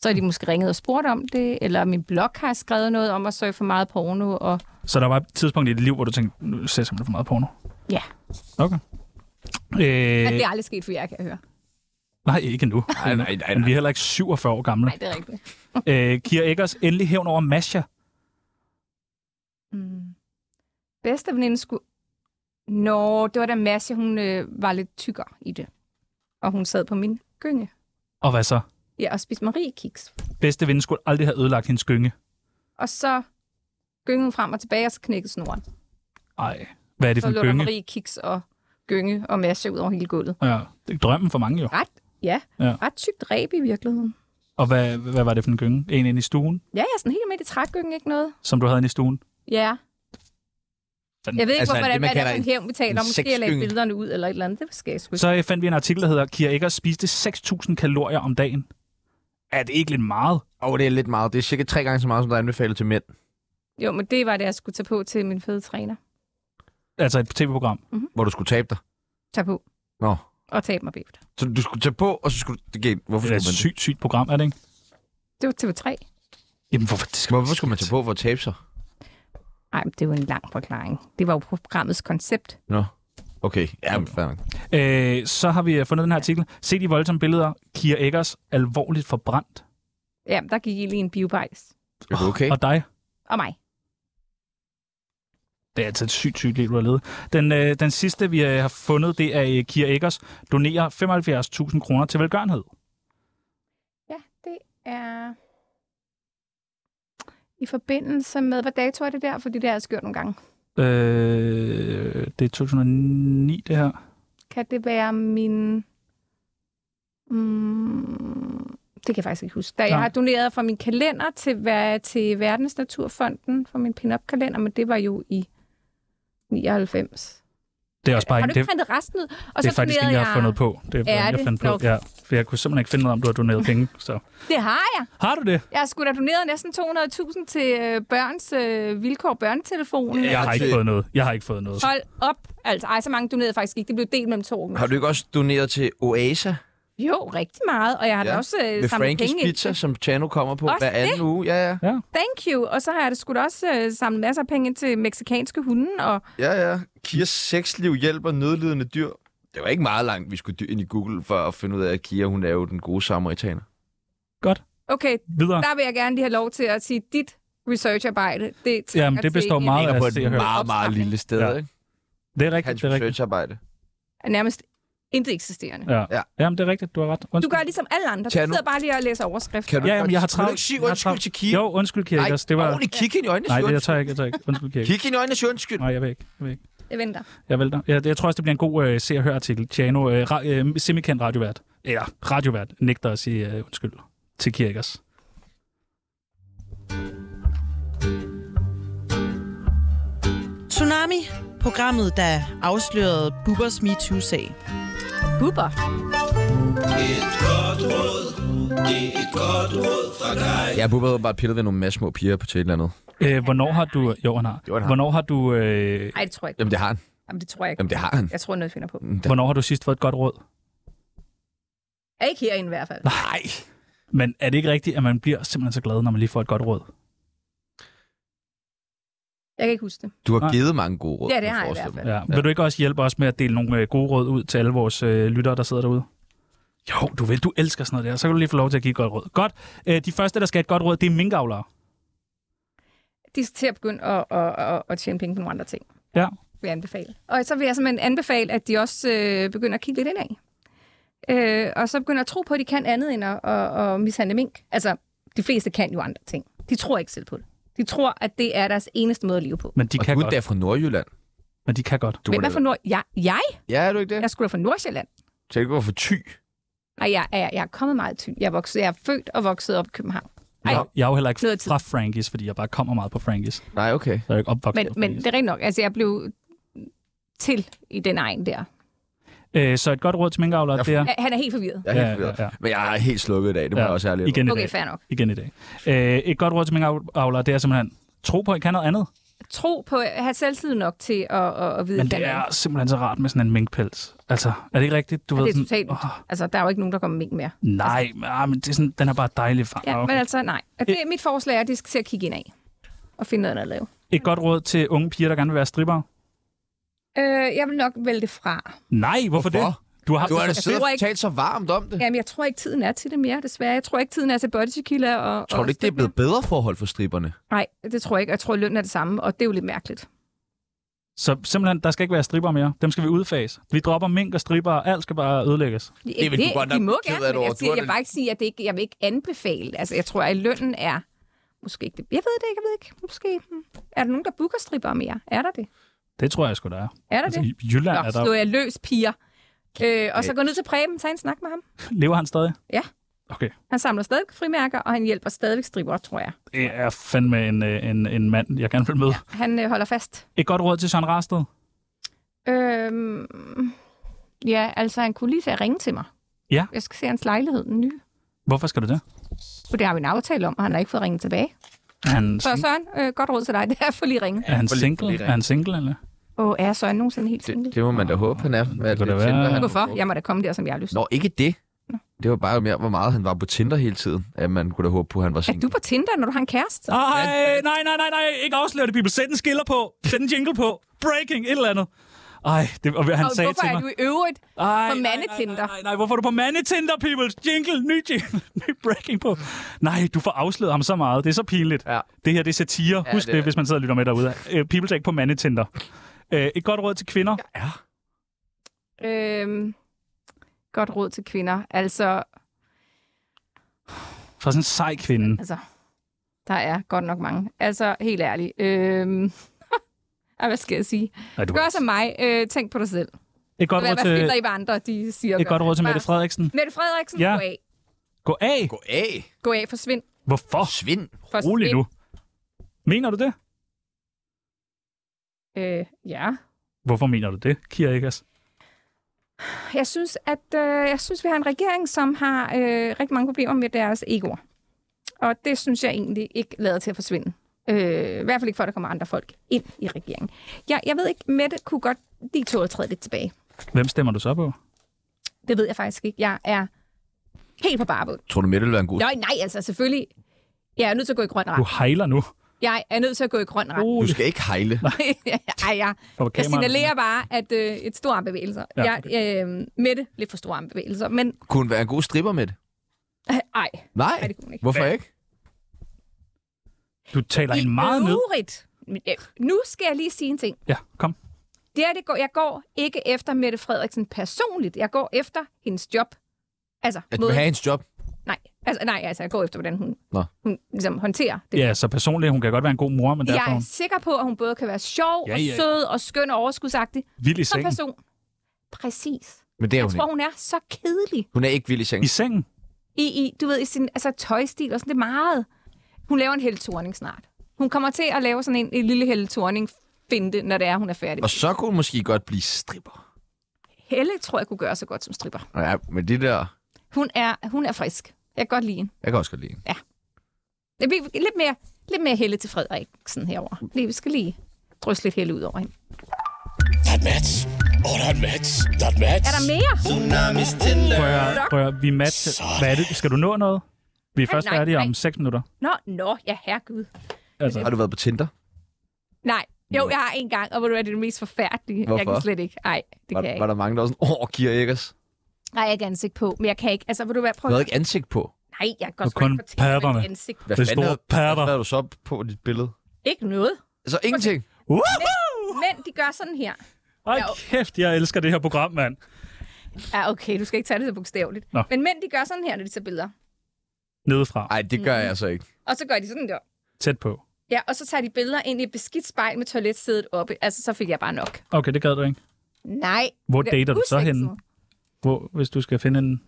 Speaker 6: Så er de måske ringet og spurgt om det, eller min blog har skrevet noget om at søge for meget porno, og
Speaker 4: Så der var et tidspunkt i dit liv, hvor du tænkte, nu ser jeg simpelthen for meget porno.
Speaker 6: Ja.
Speaker 4: Okay.
Speaker 6: øh. det
Speaker 4: Øh,
Speaker 6: er aldrig sket, for jeg kan høre.
Speaker 4: Nej, ikke nu. Nej, nej, nej, Men vi er heller ikke 47 år gamle.
Speaker 6: Nej, det er rigtigt.
Speaker 4: Øh, Kira Eggers, endelig hævn over Masha.
Speaker 6: Mm. Bedste veninde skulle... Nå, det var da Masse, hun øh, var lidt tykkere i det. Og hun sad på min gynge.
Speaker 4: Og hvad så?
Speaker 6: Ja, og spiste Marie-kiks.
Speaker 4: Bedste ven skulle aldrig have ødelagt hendes gynge.
Speaker 6: Og så gyngede hun frem og tilbage, og så knækkede snoren.
Speaker 8: Ligesom
Speaker 4: Ej, hvad er det
Speaker 6: Så
Speaker 4: for
Speaker 6: lå
Speaker 4: en
Speaker 6: der
Speaker 4: gynge?
Speaker 6: Marie-kiks og gynge og Masse ud over hele gulvet.
Speaker 4: Ja, det er drømmen for mange jo.
Speaker 6: Ret, ja,
Speaker 4: Ja.
Speaker 6: ja. ret tykt ræb i virkeligheden.
Speaker 4: Og hvad, hvad var det for en gynge? En inde i stuen,
Speaker 6: Ja, jeg er sådan helt midt i trækgyngen, ikke noget?
Speaker 4: som du havde inde i stuen?
Speaker 6: Ja.
Speaker 4: Fanden.
Speaker 6: Jeg ved ikke, altså,
Speaker 8: Altså,
Speaker 6: hvorfor
Speaker 8: det,
Speaker 6: det,
Speaker 8: man
Speaker 6: hvad det er
Speaker 8: kalder
Speaker 6: for en hævn, vi taler
Speaker 8: en
Speaker 6: om. Måske jeg lagde
Speaker 8: sexgynge.
Speaker 6: billederne ud eller et eller andet. Det skal jeg sgu ikke.
Speaker 4: Så øh, fandt vi en artikel, der hedder, Kira Eggers spiste 6.000 kalorier om dagen. Er det ikke lidt meget?
Speaker 8: Åh, oh, det er lidt meget. Det er cirka tre gange så meget, som der er anbefalet til mænd.
Speaker 6: Jo, men det var det, jeg skulle tage på til min fede træner.
Speaker 4: Altså et tv-program.
Speaker 8: Hvor du skulle tabe dig.
Speaker 6: Tag på
Speaker 8: Nå.
Speaker 6: og tabe mig bæft.
Speaker 8: Så du skulle tage på, og så skulle du... Igen, hvorfor
Speaker 4: Det er
Speaker 8: skulle
Speaker 4: et
Speaker 8: man
Speaker 4: sygt, sygt program, er det ikke?
Speaker 6: Det var TV3.
Speaker 4: Jamen, hvorfor, det skal,
Speaker 8: Hvorfor skulle man tage på for at tabe sig?
Speaker 6: Nej, det er jo en lang forklaring. Det var jo programmets koncept.
Speaker 8: Nå. Okay, ja, men fair nok.
Speaker 4: Øh, så har vi øh, fundet den her artikel. Se de voldsomme billeder. Kira Eggers alvorligt forbrændt.
Speaker 6: Ja, der gik I lige en biobajs.
Speaker 8: Er du okay?
Speaker 4: Og dig.
Speaker 6: Og mig.
Speaker 4: Det er altså et sygt, sygt liv, du har levet. Den, øh, den sidste, vi øh, har fundet, det er øh, Kira Eggers donerer 75.000 kroner til velgørenhed.
Speaker 6: Ja, det er i forbindelse med, hvad dato er det der? Fordi det har jeg skørt nogle gange.
Speaker 4: Øh, det er 2009, det her.
Speaker 6: Kan det være min... Mm, det kan jeg faktisk ikke huske. Da jeg
Speaker 4: Nej.
Speaker 6: har doneret fra min kalender til, ver- til Verdens Naturfonden, fra min pin-up-kalender, men det var jo i 99.
Speaker 4: Det er også bare
Speaker 6: har
Speaker 4: ikke,
Speaker 6: du
Speaker 4: det,
Speaker 6: ikke printet resten ud? Og
Speaker 4: det er faktisk ikke, jeg har fundet på. Det
Speaker 6: Er
Speaker 4: jeg
Speaker 6: det?
Speaker 4: fandt på.
Speaker 6: Nå.
Speaker 4: Ja, for jeg kunne simpelthen ikke finde noget om, du har doneret penge. Så.
Speaker 6: Det har jeg.
Speaker 4: Har du det?
Speaker 6: Jeg har sgu da doneret næsten 200.000 til øh, børns øh, vilkår, børnetelefonen.
Speaker 4: Jeg har ikke
Speaker 8: til-
Speaker 4: fået noget. Jeg har ikke fået noget.
Speaker 6: Hold op. Altså, ej, så mange donerede jeg faktisk ikke. Det blev delt mellem to.
Speaker 8: Har du ikke også doneret til Oasa?
Speaker 6: Jo, rigtig meget. Og jeg har da også øh,
Speaker 8: Med
Speaker 6: samlet
Speaker 8: Frankies
Speaker 6: penge ind.
Speaker 8: Pizza, som Chano kommer på
Speaker 6: Også
Speaker 8: hver anden uge. Ja, ja.
Speaker 6: Thank you. Og så har jeg da sgu da også øh, samlet masser af penge ind til meksikanske hunde. Og
Speaker 8: Ja, ja. Kias sexliv hjælper nødlidende dyr. Det var ikke meget langt, vi skulle dy- ind i Google for at finde ud af, at Kia hun er jo den gode samaritaner.
Speaker 6: okay,
Speaker 8: Ah.
Speaker 4: Videre.
Speaker 6: der vil jeg gerne lige have lov til at sige, at dit researcharbejde, det trænger
Speaker 4: Jamen, det
Speaker 6: til
Speaker 4: består
Speaker 6: en-
Speaker 4: meget
Speaker 8: Ligger
Speaker 4: af
Speaker 8: på
Speaker 4: se
Speaker 8: et
Speaker 4: og høre.
Speaker 8: meget, meget lille sted,
Speaker 4: Ja.
Speaker 8: ja. ikke?
Speaker 4: Det er rigtigt,
Speaker 8: Hans
Speaker 4: det er rigtigt.
Speaker 8: researcharbejde.
Speaker 6: Nærmest intet eksisterende.
Speaker 4: Ja.
Speaker 8: Ja.
Speaker 4: Jamen, det er rigtigt, du har ret.
Speaker 6: Du gør ligesom alle andre. Du
Speaker 8: Kan du-
Speaker 6: sidder bare lige og læser overskrifter.
Speaker 8: Kan du-
Speaker 4: Ja, jamen, jeg har
Speaker 8: Kan
Speaker 4: travlt.
Speaker 8: du ikke sige
Speaker 4: Jeg har
Speaker 8: undskyld
Speaker 4: travlt.
Speaker 8: til Kia?
Speaker 4: Jo, undskyld, Kira
Speaker 8: Nej,
Speaker 4: Eggers. Det var...
Speaker 8: ordentligt. Kig hende i øjnene,
Speaker 4: Nej, det jeg
Speaker 8: undskyld.
Speaker 4: tager jeg ikke, jeg tager ikke. Undskyld, Kira Eggers.
Speaker 8: Kig hende i øjnene, sig undskyld.
Speaker 4: Nej, jeg vil ikke. Jeg vil ikke.
Speaker 6: Jeg venter.
Speaker 4: Jeg vælter. Jeg, jeg tror også, det bliver en god øh, se- og hør-artikel. Tjano, øh, ra- øh, semikendt radiovært, eller radiovært, nægter at sige øh, undskyld til Kira Eggers.
Speaker 10: Tsunami, programmet, der afslørede Bubbers MeToo-sag.
Speaker 6: Bubber.
Speaker 8: Jeg har bare bare pillet ved nogle masse små piger på til et eller andet.
Speaker 4: Øh, hvornår har du... Jo, han har.
Speaker 8: Jo, han har.
Speaker 4: Hvornår har du... Øh,
Speaker 6: Nej, det tror jeg ikke.
Speaker 8: Jamen, det har han.
Speaker 6: Jamen, det tror jeg ikke.
Speaker 8: Jamen, det har han.
Speaker 6: Jeg tror, noget finder på.
Speaker 4: hvornår har du sidst fået et godt råd?
Speaker 6: Ikke herinde i hvert fald.
Speaker 4: Nej. Men er det ikke rigtigt, at man bliver simpelthen så glad, når man lige får et godt råd?
Speaker 6: Jeg kan ikke huske det.
Speaker 8: Du har
Speaker 4: Nej.
Speaker 8: givet mange gode råd.
Speaker 6: Ja, det
Speaker 8: kan jeg
Speaker 6: har jeg i
Speaker 8: forestille
Speaker 6: hvert
Speaker 4: Ja. Vil du ikke også hjælpe os med at dele nogle øh, gode råd ud til alle vores øh, lyttere, der sidder derude? Jo, du vil. Du elsker sådan noget der. Så kan du lige få lov til at give et godt råd. Godt. Øh, de første, der skal have et godt råd, det er minkavlere.
Speaker 6: De skal til at begynde at, at, at, at tjene penge på nogle andre ting.
Speaker 4: Ja.
Speaker 6: Vil jeg anbefale. Og så vil jeg simpelthen anbefale, at de også øh, begynder at kigge lidt indad. Øh, og så begynder at tro på, at de kan andet end at, at, at mishandle mink. Altså, de fleste kan jo andre ting. De tror ikke selv på det. De tror, at det er deres eneste måde at leve på.
Speaker 4: Men de
Speaker 8: Og
Speaker 4: kan
Speaker 8: du er
Speaker 4: godt.
Speaker 8: der fra Nordjylland.
Speaker 4: Men de kan godt.
Speaker 8: Du
Speaker 6: Men hvad for
Speaker 8: da-
Speaker 6: Nord... Jeg? Jeg?
Speaker 8: Ja, er du ikke det?
Speaker 6: Jeg skulle da fra Nordsjælland.
Speaker 8: Tænk, du var for ty.
Speaker 6: Nej, jeg, jeg, jeg er kommet meget til. Jeg er, vokset, jeg er født og vokset op i København. Ej,
Speaker 4: Jeg, jeg er jo heller ikke
Speaker 6: Noget tid.
Speaker 4: fra Frankis, fordi jeg bare kommer meget på Frankis. Så
Speaker 8: Nej, okay.
Speaker 4: jeg er jo ikke opvokset
Speaker 6: men,
Speaker 4: på
Speaker 6: men
Speaker 4: Frankis.
Speaker 6: det er rigtigt nok. Altså, jeg blev til i den egen der.
Speaker 4: Øh, så et godt råd til minkavlere,
Speaker 8: Jeg-
Speaker 4: det er...
Speaker 6: Han er helt forvirret.
Speaker 8: Jeg er helt forvirret. Men jeg er helt slukket i dag, det må
Speaker 4: Ja.
Speaker 8: jeg også ærligt.
Speaker 4: Igen i
Speaker 6: Okay,
Speaker 4: dag.
Speaker 6: fair nok.
Speaker 4: Igen i dag. Øh, et godt råd til minkavlere, det er simpelthen, tro på, at I kan noget andet.
Speaker 6: Tro på, at have selvtillid nok til at, at, at vide,
Speaker 4: Men
Speaker 6: hvad
Speaker 4: det
Speaker 6: man
Speaker 4: er simpelthen så rart med sådan en minkpels. Altså, er det ikke rigtigt? Du
Speaker 6: Ja,
Speaker 4: ved
Speaker 6: det er
Speaker 4: sådan,
Speaker 6: totalt. Altså, der er jo ikke nogen, der kommer mink mere.
Speaker 4: nej, men, ah, men det er sådan, den er bare dejlig far.
Speaker 6: Ja,
Speaker 8: Ah,
Speaker 4: Ja,
Speaker 6: okay. men altså, nej. Og Det, mit forslag er, at de skal til at kigge ind af og finde noget andet at lave.
Speaker 4: Et godt råd til unge piger, der gerne vil være stripper.
Speaker 6: Øh, jeg vil nok vælge det fra.
Speaker 8: Mm.
Speaker 4: Nej, hvorfor, hvorfor? det? Du har,
Speaker 8: Du har da
Speaker 6: Jeg
Speaker 8: siddet
Speaker 6: tror
Speaker 8: og
Speaker 6: Altså, ikke-
Speaker 8: talt så varmt om det.
Speaker 6: Jamen, jeg tror ikke, tiden er til det mere, desværre. Jeg tror ikke, tiden er til body tequila. Og,
Speaker 8: Tror du
Speaker 6: og
Speaker 8: ikke, det er blevet bedre forhold for striberne?
Speaker 6: Nej, det tror jeg ikke. og Jeg tror, lønnen er det samme, og det er jo lidt mærkeligt.
Speaker 4: Så simpelthen, der skal ikke være stripper mere. Dem skal vi udfase. Vi dropper mink og stripper, og alt skal bare ødelægges.
Speaker 8: Det vil du godt
Speaker 6: de
Speaker 8: nok
Speaker 6: må
Speaker 8: ked af
Speaker 6: gerne, men
Speaker 8: over.
Speaker 6: jeg,
Speaker 8: Du
Speaker 6: siger,
Speaker 8: har
Speaker 6: jeg vil
Speaker 8: det-
Speaker 6: bare ikke sige, at det ikke, jeg vil ikke anbefale. Altså, jeg tror, at lønnen er... Måske ikke det. Jeg ved det ikke, jeg ved ikke. Måske. hmm. Er der nogen, der booker stripper mere? Er der det?
Speaker 4: Det tror jeg sgu, der er.
Speaker 6: Er der
Speaker 4: altså,
Speaker 6: det?
Speaker 4: I Jylland
Speaker 6: Nå,
Speaker 4: er
Speaker 6: slå
Speaker 4: der...
Speaker 6: jer løs, piger. Øh, og så gå ned til Preben, tag en snak med ham.
Speaker 4: Lever han stadig?
Speaker 6: Ja.
Speaker 4: Okay.
Speaker 6: Han samler stadig frimærker, og han hjælper stadig stripper, tror jeg.
Speaker 4: Det er fandme en, øh, en, en mand, jeg gerne vil møde.
Speaker 6: Han øh, holder fast.
Speaker 4: Et godt råd til Søren Rasted.
Speaker 6: Øhm, ja, altså han kunne lige til at ringe til mig.
Speaker 4: Ja.
Speaker 6: Jeg skal se hans lejlighed, den nye.
Speaker 4: Hvorfor skal du det?
Speaker 6: For det har vi en aftale om, og han har ikke fået ringet tilbage.
Speaker 4: Er han,
Speaker 6: Så Søren, øh, godt råd til dig. *laughs* Det er for lige ringe.
Speaker 4: er han single? Er han single, eller?
Speaker 6: Åh, er Søren nogensinde helt single?
Speaker 8: Det må man da håbe, han er. Med det
Speaker 4: kunne da være-
Speaker 6: Hvorfor? Jeg må da komme der, som jeg har lyst.
Speaker 8: Nå, ikke det. Det var bare mere, hvor meget han var på Tinder hele tiden, at man kunne da håbe på, at han var
Speaker 6: Er
Speaker 8: single.
Speaker 6: du på Tinder, når du har en kæreste?
Speaker 4: Ej, nej, nej, nej, nej. Ikke afsløre det, Bibel. Sæt en skiller på. Sæt en jingle på. Breaking, et eller andet. Ej, det, og han
Speaker 6: og
Speaker 4: sagde
Speaker 6: hvorfor
Speaker 4: til
Speaker 6: er
Speaker 4: mig...
Speaker 6: du i øvrigt
Speaker 4: Ej,
Speaker 6: på
Speaker 4: nej,
Speaker 6: mandetinder?
Speaker 4: Nej, nej, nej, hvorfor er du på mandetinder, people? Jingle, ny jingle, *laughs* ny breaking på. Nej, du får afsløret ham så meget. Det er så pinligt. Ja. Det her, det er satire. Ja, Husk det,
Speaker 8: det er-
Speaker 4: hvis man sidder og lytter med derude. Øh, people take på mandetinder. Øh, et godt råd til kvinder.
Speaker 6: Øhm, godt råd til kvinder. Altså,
Speaker 4: Fra sådan en sej kvinde.
Speaker 6: altså, der er godt nok mange. Altså, helt ærligt. Øhm, *laughs* ej, hvad skal jeg sige?
Speaker 4: Nej, du...
Speaker 6: Gør som mig. Øh, tænk på dig selv.
Speaker 4: Et godt
Speaker 6: Hvad,
Speaker 4: råd
Speaker 6: hvad
Speaker 4: til,
Speaker 6: finder I, hvad andre de siger? og
Speaker 4: et
Speaker 6: gør?
Speaker 4: godt råd til Mette
Speaker 6: Bare-
Speaker 4: Frederiksen.
Speaker 6: Mette Frederiksen,
Speaker 4: Ja.
Speaker 6: ja. gå af.
Speaker 4: Gå af.
Speaker 8: Gå af.
Speaker 6: Gå af, forsvind.
Speaker 4: Hvorfor?
Speaker 8: Svind.
Speaker 6: forsvind.
Speaker 4: Rolig nu. Mener du det?
Speaker 6: Øh, ja.
Speaker 4: Hvorfor mener du det, Kira Eggers?
Speaker 6: Jeg synes, at øh, jeg synes, vi har en regering, som har øh, rigtig mange problemer med deres egoer. Og det synes jeg egentlig ikke lader til at forsvinde. Øh, I hvert fald ikke, for at der kommer andre folk ind i regeringen. Jeg, jeg ved ikke, Mette kunne godt de to at træde lidt tilbage.
Speaker 4: Hvem stemmer du så på?
Speaker 6: Det ved jeg faktisk ikke. Jeg er helt på barbud.
Speaker 8: Tror du, Mette ville være en god...
Speaker 6: Nej, nej, altså selvfølgelig. Jeg er nødt til at gå i grøn
Speaker 4: Du
Speaker 6: ret.
Speaker 4: hejler nu.
Speaker 6: Jeg er nødt til at gå i grøn ret.
Speaker 4: Uh.
Speaker 8: Du skal ikke hejle.
Speaker 6: *laughs* Ej, ja.
Speaker 4: Står på
Speaker 6: Jeg
Speaker 4: kameraet.
Speaker 6: signalerer bare, at øh, et stor armbevægelser.
Speaker 4: Ja,
Speaker 6: Ja, okay. Jeg, øh, Mette, lidt for store armbevægelser. Men *laughs*
Speaker 8: Kunne hun være en god stripper med det?
Speaker 6: ej,
Speaker 8: Nej.
Speaker 6: Nej, det kunne hun ikke.
Speaker 8: Hvorfor ikke?
Speaker 4: Du taler
Speaker 6: I
Speaker 4: en meget ned.
Speaker 6: øvrigt, ja, nu skal jeg lige sige en ting.
Speaker 4: Ja, kom.
Speaker 6: Det er, det går, jeg går ikke efter Mette Frederiksen personligt. Jeg går efter hendes job. Altså,
Speaker 8: At du
Speaker 6: måden-
Speaker 8: vil have hendes job?
Speaker 6: nej, altså, nej, altså, jeg går efter, hvordan hun,
Speaker 8: Nå.
Speaker 6: hun ligesom, håndterer det.
Speaker 4: Ja, så personligt, hun kan godt være en god mor, men derfor
Speaker 6: jeg
Speaker 4: er
Speaker 6: er
Speaker 4: hun
Speaker 6: sikker på, at hun både kan være sjov
Speaker 4: Ja,
Speaker 6: ja, og
Speaker 4: ja.
Speaker 6: sød og skøn og overskudsagtig.
Speaker 4: vild i
Speaker 6: Som
Speaker 4: sengen.
Speaker 6: person. Præcis.
Speaker 8: Men det er
Speaker 6: Jeg
Speaker 8: hun
Speaker 6: tror,
Speaker 8: ikke.
Speaker 6: hun er så kedelig.
Speaker 8: Hun er ikke vild i sengen.
Speaker 4: I sengen?
Speaker 6: i, i du ved, i sin altså, tøjstil og sådan, det er meget. Hun laver en Helle Thorning snart. Hun kommer til at lave sådan en, en lille Helle Thorning finte, når det er, hun er færdig.
Speaker 8: Og så kunne hun måske godt blive stripper.
Speaker 6: Helle tror jeg kunne gøre så godt som stripper.
Speaker 8: Ja, men det der...
Speaker 6: Hun er, hun er frisk. Jeg kan godt lide hende.
Speaker 8: Jeg kan også godt lide hende.
Speaker 6: Jeg vil- Lidt mere, lidt mere Helle til Frederiksen herover. Vi skal lige drysse lidt Helle ud over hende. Der er et match. Og der er et match. Der er et match. Er der mere?
Speaker 4: Prøv at, prøv at, vi matcher. Hvad er det? Skal du nå noget? Vi er
Speaker 6: Nej,
Speaker 4: først
Speaker 6: nej,
Speaker 4: færdige om
Speaker 6: nej.
Speaker 4: 6 minutter.
Speaker 6: Nå, nå, ja, herregud.
Speaker 4: Altså,
Speaker 8: Har du været på Tinder?
Speaker 6: Nej, jo, jeg har en gang, og hvor du er det er det mest forfærdelige. Jeg
Speaker 8: Hvorfor?
Speaker 6: kan slet ikke. Nej, det
Speaker 8: Var,
Speaker 6: kan jeg ikke.
Speaker 8: var der mange, der var sådan, åh, Kira Eggers.
Speaker 6: Nej, jeg har ikke ansigt på, men jeg kan ikke. Altså, vil du være
Speaker 8: Du
Speaker 6: prøve?
Speaker 8: havde ikke ansigt på.
Speaker 6: Nej, jeg kan godt
Speaker 4: kun
Speaker 6: ikke fortælle,
Speaker 4: patterne.
Speaker 6: hvad mit ansigt
Speaker 8: Hvad
Speaker 4: Det store
Speaker 8: fanden havde,
Speaker 4: patter.
Speaker 8: Hvad havde du så på dit billede?
Speaker 6: Ikke noget.
Speaker 8: Altså ingenting.
Speaker 6: Men de gør sådan her.
Speaker 4: ej, kæft, jeg elsker det her program, mand.
Speaker 6: Ja, okay, du skal ikke tage det så bogstaveligt.
Speaker 4: Nå.
Speaker 6: Men mænd, de gør sådan her, når de tager billeder.
Speaker 4: Nedefra.
Speaker 8: Nej, det
Speaker 6: Mm.
Speaker 8: gør jeg altså ikke.
Speaker 6: Og så gør de sådan der.
Speaker 4: Tæt på.
Speaker 6: Ja, og så tager de billeder ind i et beskidt spejl med toiletsædet oppe. Altså, så fik jeg bare nok.
Speaker 4: Okay, det gad du ikke.
Speaker 6: Nej.
Speaker 4: Hvor
Speaker 6: det er
Speaker 4: dater du så
Speaker 6: usexet.
Speaker 4: henne? Hvor, hvis du skal finde en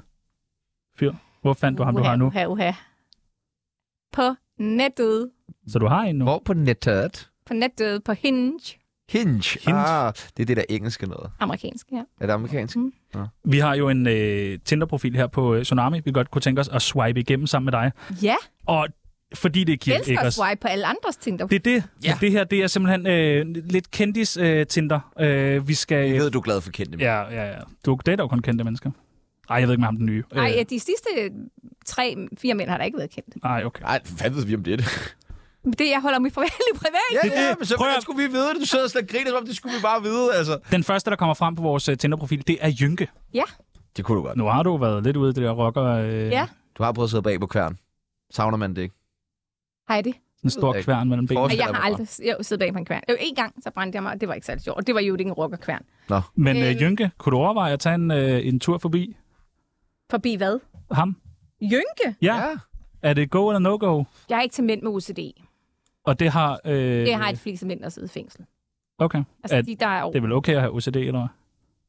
Speaker 4: fyr. Hvor fandt du ham, du
Speaker 6: Uha,
Speaker 4: har nu?
Speaker 6: Uha, uha. På nettet.
Speaker 4: Så du har en nu?
Speaker 8: Hvor på nettet?
Speaker 6: På nettet, på Hinge.
Speaker 8: Hinge.
Speaker 4: Hinge.
Speaker 8: Ah, det er det der engelske noget.
Speaker 6: Amerikansk, ja.
Speaker 8: Er det amerikansk?
Speaker 6: Mm.
Speaker 4: Vi har jo en øh, Tinder-profil her på øh, Tsunami, vi godt kunne tænke os at swipe igennem sammen med dig.
Speaker 6: Ja,
Speaker 4: Og fordi det er Kira
Speaker 6: elsker at
Speaker 4: Eggers.
Speaker 6: swipe på alle andres Tinder.
Speaker 4: Det er det.
Speaker 8: Ja.
Speaker 4: Ja. Det her, det er simpelthen øh, lidt kendis øh, Tinder. Øh, vi skal...
Speaker 8: Jeg ved, du er glad for kendte mænd.
Speaker 4: Ja, ja, ja. Du dater jo kun kendte mennesker. Ej, jeg ved ikke med ham den nye. Øh,
Speaker 6: Nej, ja, de sidste tre-fire mænd har da ikke været kendt.
Speaker 4: Nej, okay.
Speaker 8: Nej, hvad ved vi
Speaker 6: *laughs*
Speaker 8: om det?
Speaker 6: Men Det, jeg holder mig privat i privat.
Speaker 8: Ja,
Speaker 4: Det er
Speaker 8: ja,
Speaker 4: det.
Speaker 8: men så
Speaker 4: Prøv at-
Speaker 8: hvordan skulle vi vide det? Du sidder og slet og griner, som om det skulle vi bare vide, altså.
Speaker 4: Den første, der kommer frem på vores øh, Tinder-profil, det er Jynke.
Speaker 6: Ja.
Speaker 1: Det kunne du godt.
Speaker 4: Nu har du været lidt ude i det der rocker... Øh,
Speaker 6: Ja.
Speaker 1: Du har prøvet at sidde bag på kværn. Savner man det ikke?
Speaker 6: Heidi.
Speaker 4: En stor
Speaker 1: Ikke.
Speaker 4: kværn mellem benene.
Speaker 1: Forestiller
Speaker 6: Og jeg
Speaker 1: dig,
Speaker 6: har
Speaker 1: hvor-
Speaker 6: aldrig jeg siddet bag på en kværn. Jo, en gang, så brændte jeg mig, og det var ikke særlig sjovt. Og det var jo ikke en rockerkværn.
Speaker 4: Men øh, Jynke, kunne du overveje at tage en, øh, en tur forbi
Speaker 6: Forbi hvad?
Speaker 4: ham?
Speaker 6: Jynke?
Speaker 4: Ja. ja. Er det go eller no-go?
Speaker 6: Jeg er ikke til mænd med OCD.
Speaker 4: Øh. Og det har... Øh,
Speaker 6: Det har et flest af mænd, der sidder i fængsel.
Speaker 4: Okay.
Speaker 6: Altså,
Speaker 4: er,
Speaker 6: de, der er over.
Speaker 4: det er vel okay at have OCD, eller hvad?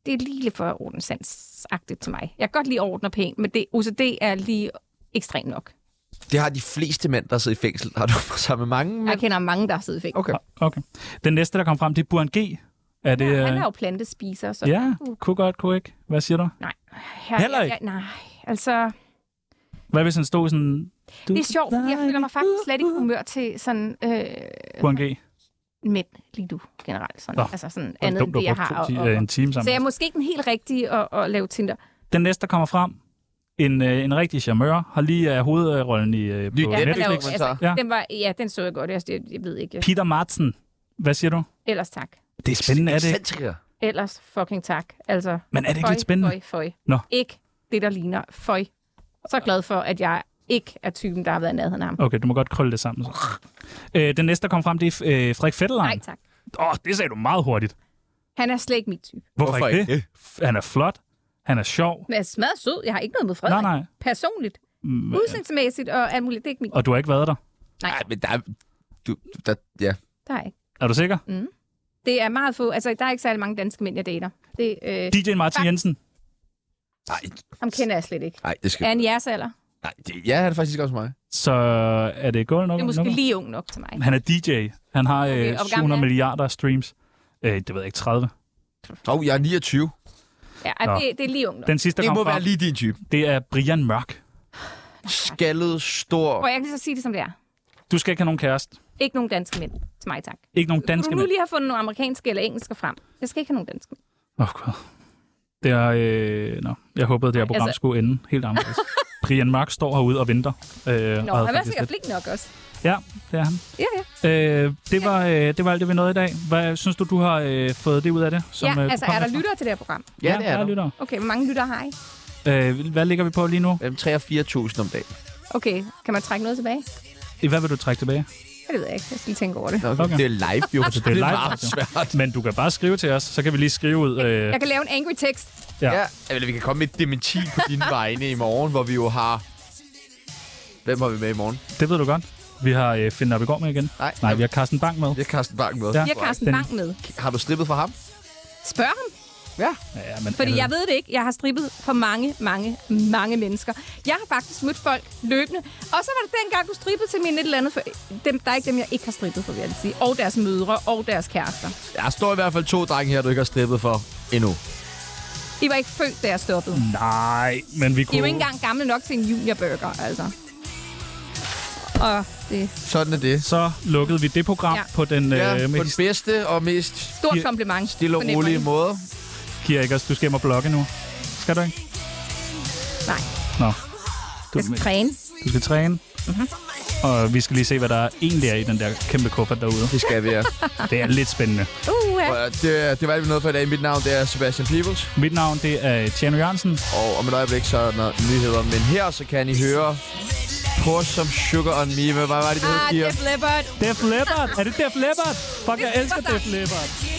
Speaker 6: det er lige lidt for ordenssansagtigt til mig. Jeg kan godt lide orden og pænt, men det, OCD er lige ekstremt nok.
Speaker 1: Det har de fleste mænd, der sidder i fængsel.
Speaker 8: *laughs*
Speaker 1: Har du sammen med mange mænd?
Speaker 6: Jeg kender mange, der har siddet i fængsel.
Speaker 1: Okay.
Speaker 4: Ah, Okay. Den næste, der kom frem, det er Buren G. Er det...
Speaker 6: Han
Speaker 4: øh,
Speaker 6: er jo plantespiser, så...
Speaker 4: Ja, kunne godt, kunne ikke. Hvad siger du?
Speaker 6: Her,
Speaker 4: Heller ikke?
Speaker 6: Jeg, nej, altså...
Speaker 4: Hvad hvis han stod sådan... Du,
Speaker 6: Det er sjovt, fordi jeg føler mig faktisk slet ikke i humør til sådan øh,
Speaker 4: Buren G.
Speaker 6: mænd lige nu generelt. Sådan,
Speaker 4: Nå,
Speaker 6: altså sådan
Speaker 4: Andet
Speaker 6: andet, end
Speaker 4: dumt,
Speaker 6: det
Speaker 4: det,
Speaker 6: jeg
Speaker 4: har
Speaker 6: har.
Speaker 4: brugt to, ti-
Speaker 6: og,
Speaker 4: øh, en
Speaker 6: og,
Speaker 4: time
Speaker 6: så jeg er
Speaker 4: sammen.
Speaker 6: måske ikke den helt rigtig at, at lave Tinder.
Speaker 4: Den næste, der kommer frem, en, øh, en rigtig charmeur, har lige øh, hovedrollen i øh, på
Speaker 1: Ny
Speaker 6: den, er jo,
Speaker 4: Netflix.
Speaker 6: altså,
Speaker 4: Ja.
Speaker 6: ja. den, var, ja, den så jeg godt. Altså, jeg, jeg ved ikke.
Speaker 4: Peter Martin. Hvad siger du?
Speaker 6: Ellers tak.
Speaker 4: Det er spændende, er det ikke?
Speaker 1: Centriker.
Speaker 6: Ellers fucking tak. Altså,
Speaker 4: Men er det ikke
Speaker 6: føj,
Speaker 4: lidt spændende?
Speaker 6: Føj, føj.
Speaker 4: Nå.
Speaker 6: Ikke det, der ligner. Føj. Så glad for, at jeg ikke er typen, der har været i nærheden af ham.
Speaker 4: Okay, du må godt krølle det sammen. Så. Øh, den næste, der kom frem, det er øh, Frederik
Speaker 6: Nej,
Speaker 4: Fetterlein.
Speaker 6: tak.
Speaker 4: Åh, oh, det sagde du meget hurtigt.
Speaker 6: Han er slet ikke min type.
Speaker 4: Hvorfor, Hvorfor ikke det? F- Han er flot. Han er sjov.
Speaker 6: Men jeg er smadret sød. Jeg har ikke noget med Frederik.
Speaker 4: Nej, nej.
Speaker 6: Personligt.
Speaker 4: Mm,
Speaker 6: Udsigtsmæssigt og alt muligt. Det er ikke min.
Speaker 4: Og du har ikke været der.
Speaker 1: Nej, men der er... Du, der, ja.
Speaker 6: Der er ikke.
Speaker 4: Er du sikker?
Speaker 6: Det er meget få. Altså, der er ikke særlig mange danske mænd, jeg dater. Det, øh,
Speaker 4: DJ Martin Jensen.
Speaker 1: Nej,
Speaker 6: ham kender jeg slet ikke.
Speaker 1: nej, det skal...
Speaker 6: Er han i jeres alder?
Speaker 1: Nej, det, ja, han er faktisk også mig.
Speaker 4: Så er det gået nok?
Speaker 6: Det er måske
Speaker 4: nok?
Speaker 6: lige ung nok til mig.
Speaker 4: Han er DJ. Han har
Speaker 6: Okay, og hvor gammel
Speaker 4: øh, 700
Speaker 6: er han?
Speaker 4: milliarder streams. Øh, det ved jeg ikke, 30.
Speaker 1: Åh, oh, jeg er 29.
Speaker 6: Ja,
Speaker 4: Nå.
Speaker 6: det, det er lige ung nok.
Speaker 4: Den sidste,
Speaker 1: Det
Speaker 4: der kom
Speaker 1: må
Speaker 4: frem,
Speaker 1: være lige din type.
Speaker 4: det er Brian Mørk.
Speaker 1: Skaldet, stor...
Speaker 6: Og jeg kan lige så sige det, som det er.
Speaker 4: Du skal ikke have nogen kæreste.
Speaker 6: Ikke nogen danske mænd til mig, tak.
Speaker 4: Ikke nogen
Speaker 6: Kunne
Speaker 4: danske
Speaker 6: du nu
Speaker 4: mænd.
Speaker 6: lige have fundet nogle amerikanske eller engelske frem? Jeg skal ikke have nogen danske mænd.
Speaker 4: Åh, oh, gud. Det er... Øh, nå, jeg håbede, det her program
Speaker 6: Altså-
Speaker 4: skulle ende
Speaker 6: *laughs*
Speaker 4: helt anderledes. Brian Mørk står herude og venter. Øh,
Speaker 6: Nå,
Speaker 4: og havde
Speaker 6: han er
Speaker 4: faktisk
Speaker 6: sikkert
Speaker 4: lidt-
Speaker 6: flink nok også.
Speaker 4: Ja, det er han.
Speaker 6: Ja, ja.
Speaker 4: Øh, det, var, øh, det var alt det, vi nåede i dag. Hvad synes du, du har øh, fået det ud af det?
Speaker 6: ja,
Speaker 4: øh,
Speaker 6: altså
Speaker 4: programmet
Speaker 6: er der
Speaker 4: fra?
Speaker 6: lyttere til det her program?
Speaker 1: Ja, det er
Speaker 4: der
Speaker 1: der.
Speaker 4: lyttere.
Speaker 6: Okay, hvor mange lyttere har I?
Speaker 4: Øh, hvad ligger vi på lige nu?
Speaker 1: Mellem 3 og 4.000 om dagen.
Speaker 6: Okay, kan man trække noget tilbage?
Speaker 4: Hvad vil du trække tilbage?
Speaker 6: Ja, Det ved jeg ikke. Jeg skal lige tænke over det.
Speaker 1: Nå, okay.
Speaker 4: Okay.
Speaker 1: Det er live, jo.
Speaker 4: Altså, det er live,
Speaker 1: meget
Speaker 4: altså.
Speaker 1: svært.
Speaker 4: Men du kan bare skrive til os, så kan vi lige skrive ud. Øh,
Speaker 6: Jeg kan lave en angry text.
Speaker 4: Ja.
Speaker 1: Ja. Eller vi kan komme med et dementi på dine vegne i morgen, hvor vi jo har... Hvem har vi med i morgen?
Speaker 4: det ved du godt. Vi har øh, Finn Nørbegaard med igen.
Speaker 1: Nej.
Speaker 4: Nej, vi har Carsten Bang med.
Speaker 1: Det er Carsten Bang med.
Speaker 4: Ja.
Speaker 6: Vi har Carsten
Speaker 4: Den-
Speaker 6: Bang med.
Speaker 1: Har du slippet for ham?
Speaker 6: Spørg ham,
Speaker 4: Ja, men
Speaker 6: fordi
Speaker 4: alle-
Speaker 6: jeg ved det ikke. Jeg har strippet for mange, mange, mange mennesker. Jeg har faktisk mødt folk løbende. Og så var det dengang, du strippede til min et eller andet. For dem, der er ikke dem, jeg ikke har strippet for, vil jeg lige sige. Og deres mødre og deres kærester.
Speaker 1: Der står i hvert fald to drenge her, du ikke har strippet for endnu.
Speaker 6: I var ikke født, da jeg stoppede.
Speaker 4: Mm. Nej, men vi
Speaker 6: I er jo ikke
Speaker 4: kunne...
Speaker 6: engang gamle nok til en juniorburger, altså. Og det er
Speaker 1: Sådan er det.
Speaker 4: Så lukkede vi det program ja.
Speaker 6: Ja.
Speaker 4: på den
Speaker 1: Ja,
Speaker 4: øh,
Speaker 1: på
Speaker 4: med
Speaker 1: den bedste og mest
Speaker 6: stort
Speaker 4: Giv-
Speaker 6: kompliment.
Speaker 1: stille og
Speaker 6: fornemmer
Speaker 1: rolige
Speaker 6: I.
Speaker 1: måde.
Speaker 4: Kirkers. Du skal hjem og blogge nu. Skal du ikke?
Speaker 6: Nej,
Speaker 4: Nå. Du,
Speaker 6: jeg skal træne.
Speaker 4: du skal træne. Mm-hmm. Og vi skal lige se, hvad der egentlig er i den der kæmpe kuffert derude.
Speaker 1: Det skal vi, ja.
Speaker 4: Det er lidt spændende.
Speaker 6: Uh, ja.
Speaker 1: Prøv at- Det, det var alt, vi nåede for i dag. Mit navn det er Sebastian Peebles,
Speaker 4: Mit navn, det er Tjerno Jørgensen.
Speaker 1: og om et øjeblik så er der noget nyheder. Men her så kan I høre Pour som Sugar on Me. Hvad var det, det hed,
Speaker 6: Ah,
Speaker 1: Pia?
Speaker 6: Def Leppard.
Speaker 4: Def Leppard! Er det Def Leppard? Fuck, jeg elsker Def Leppard.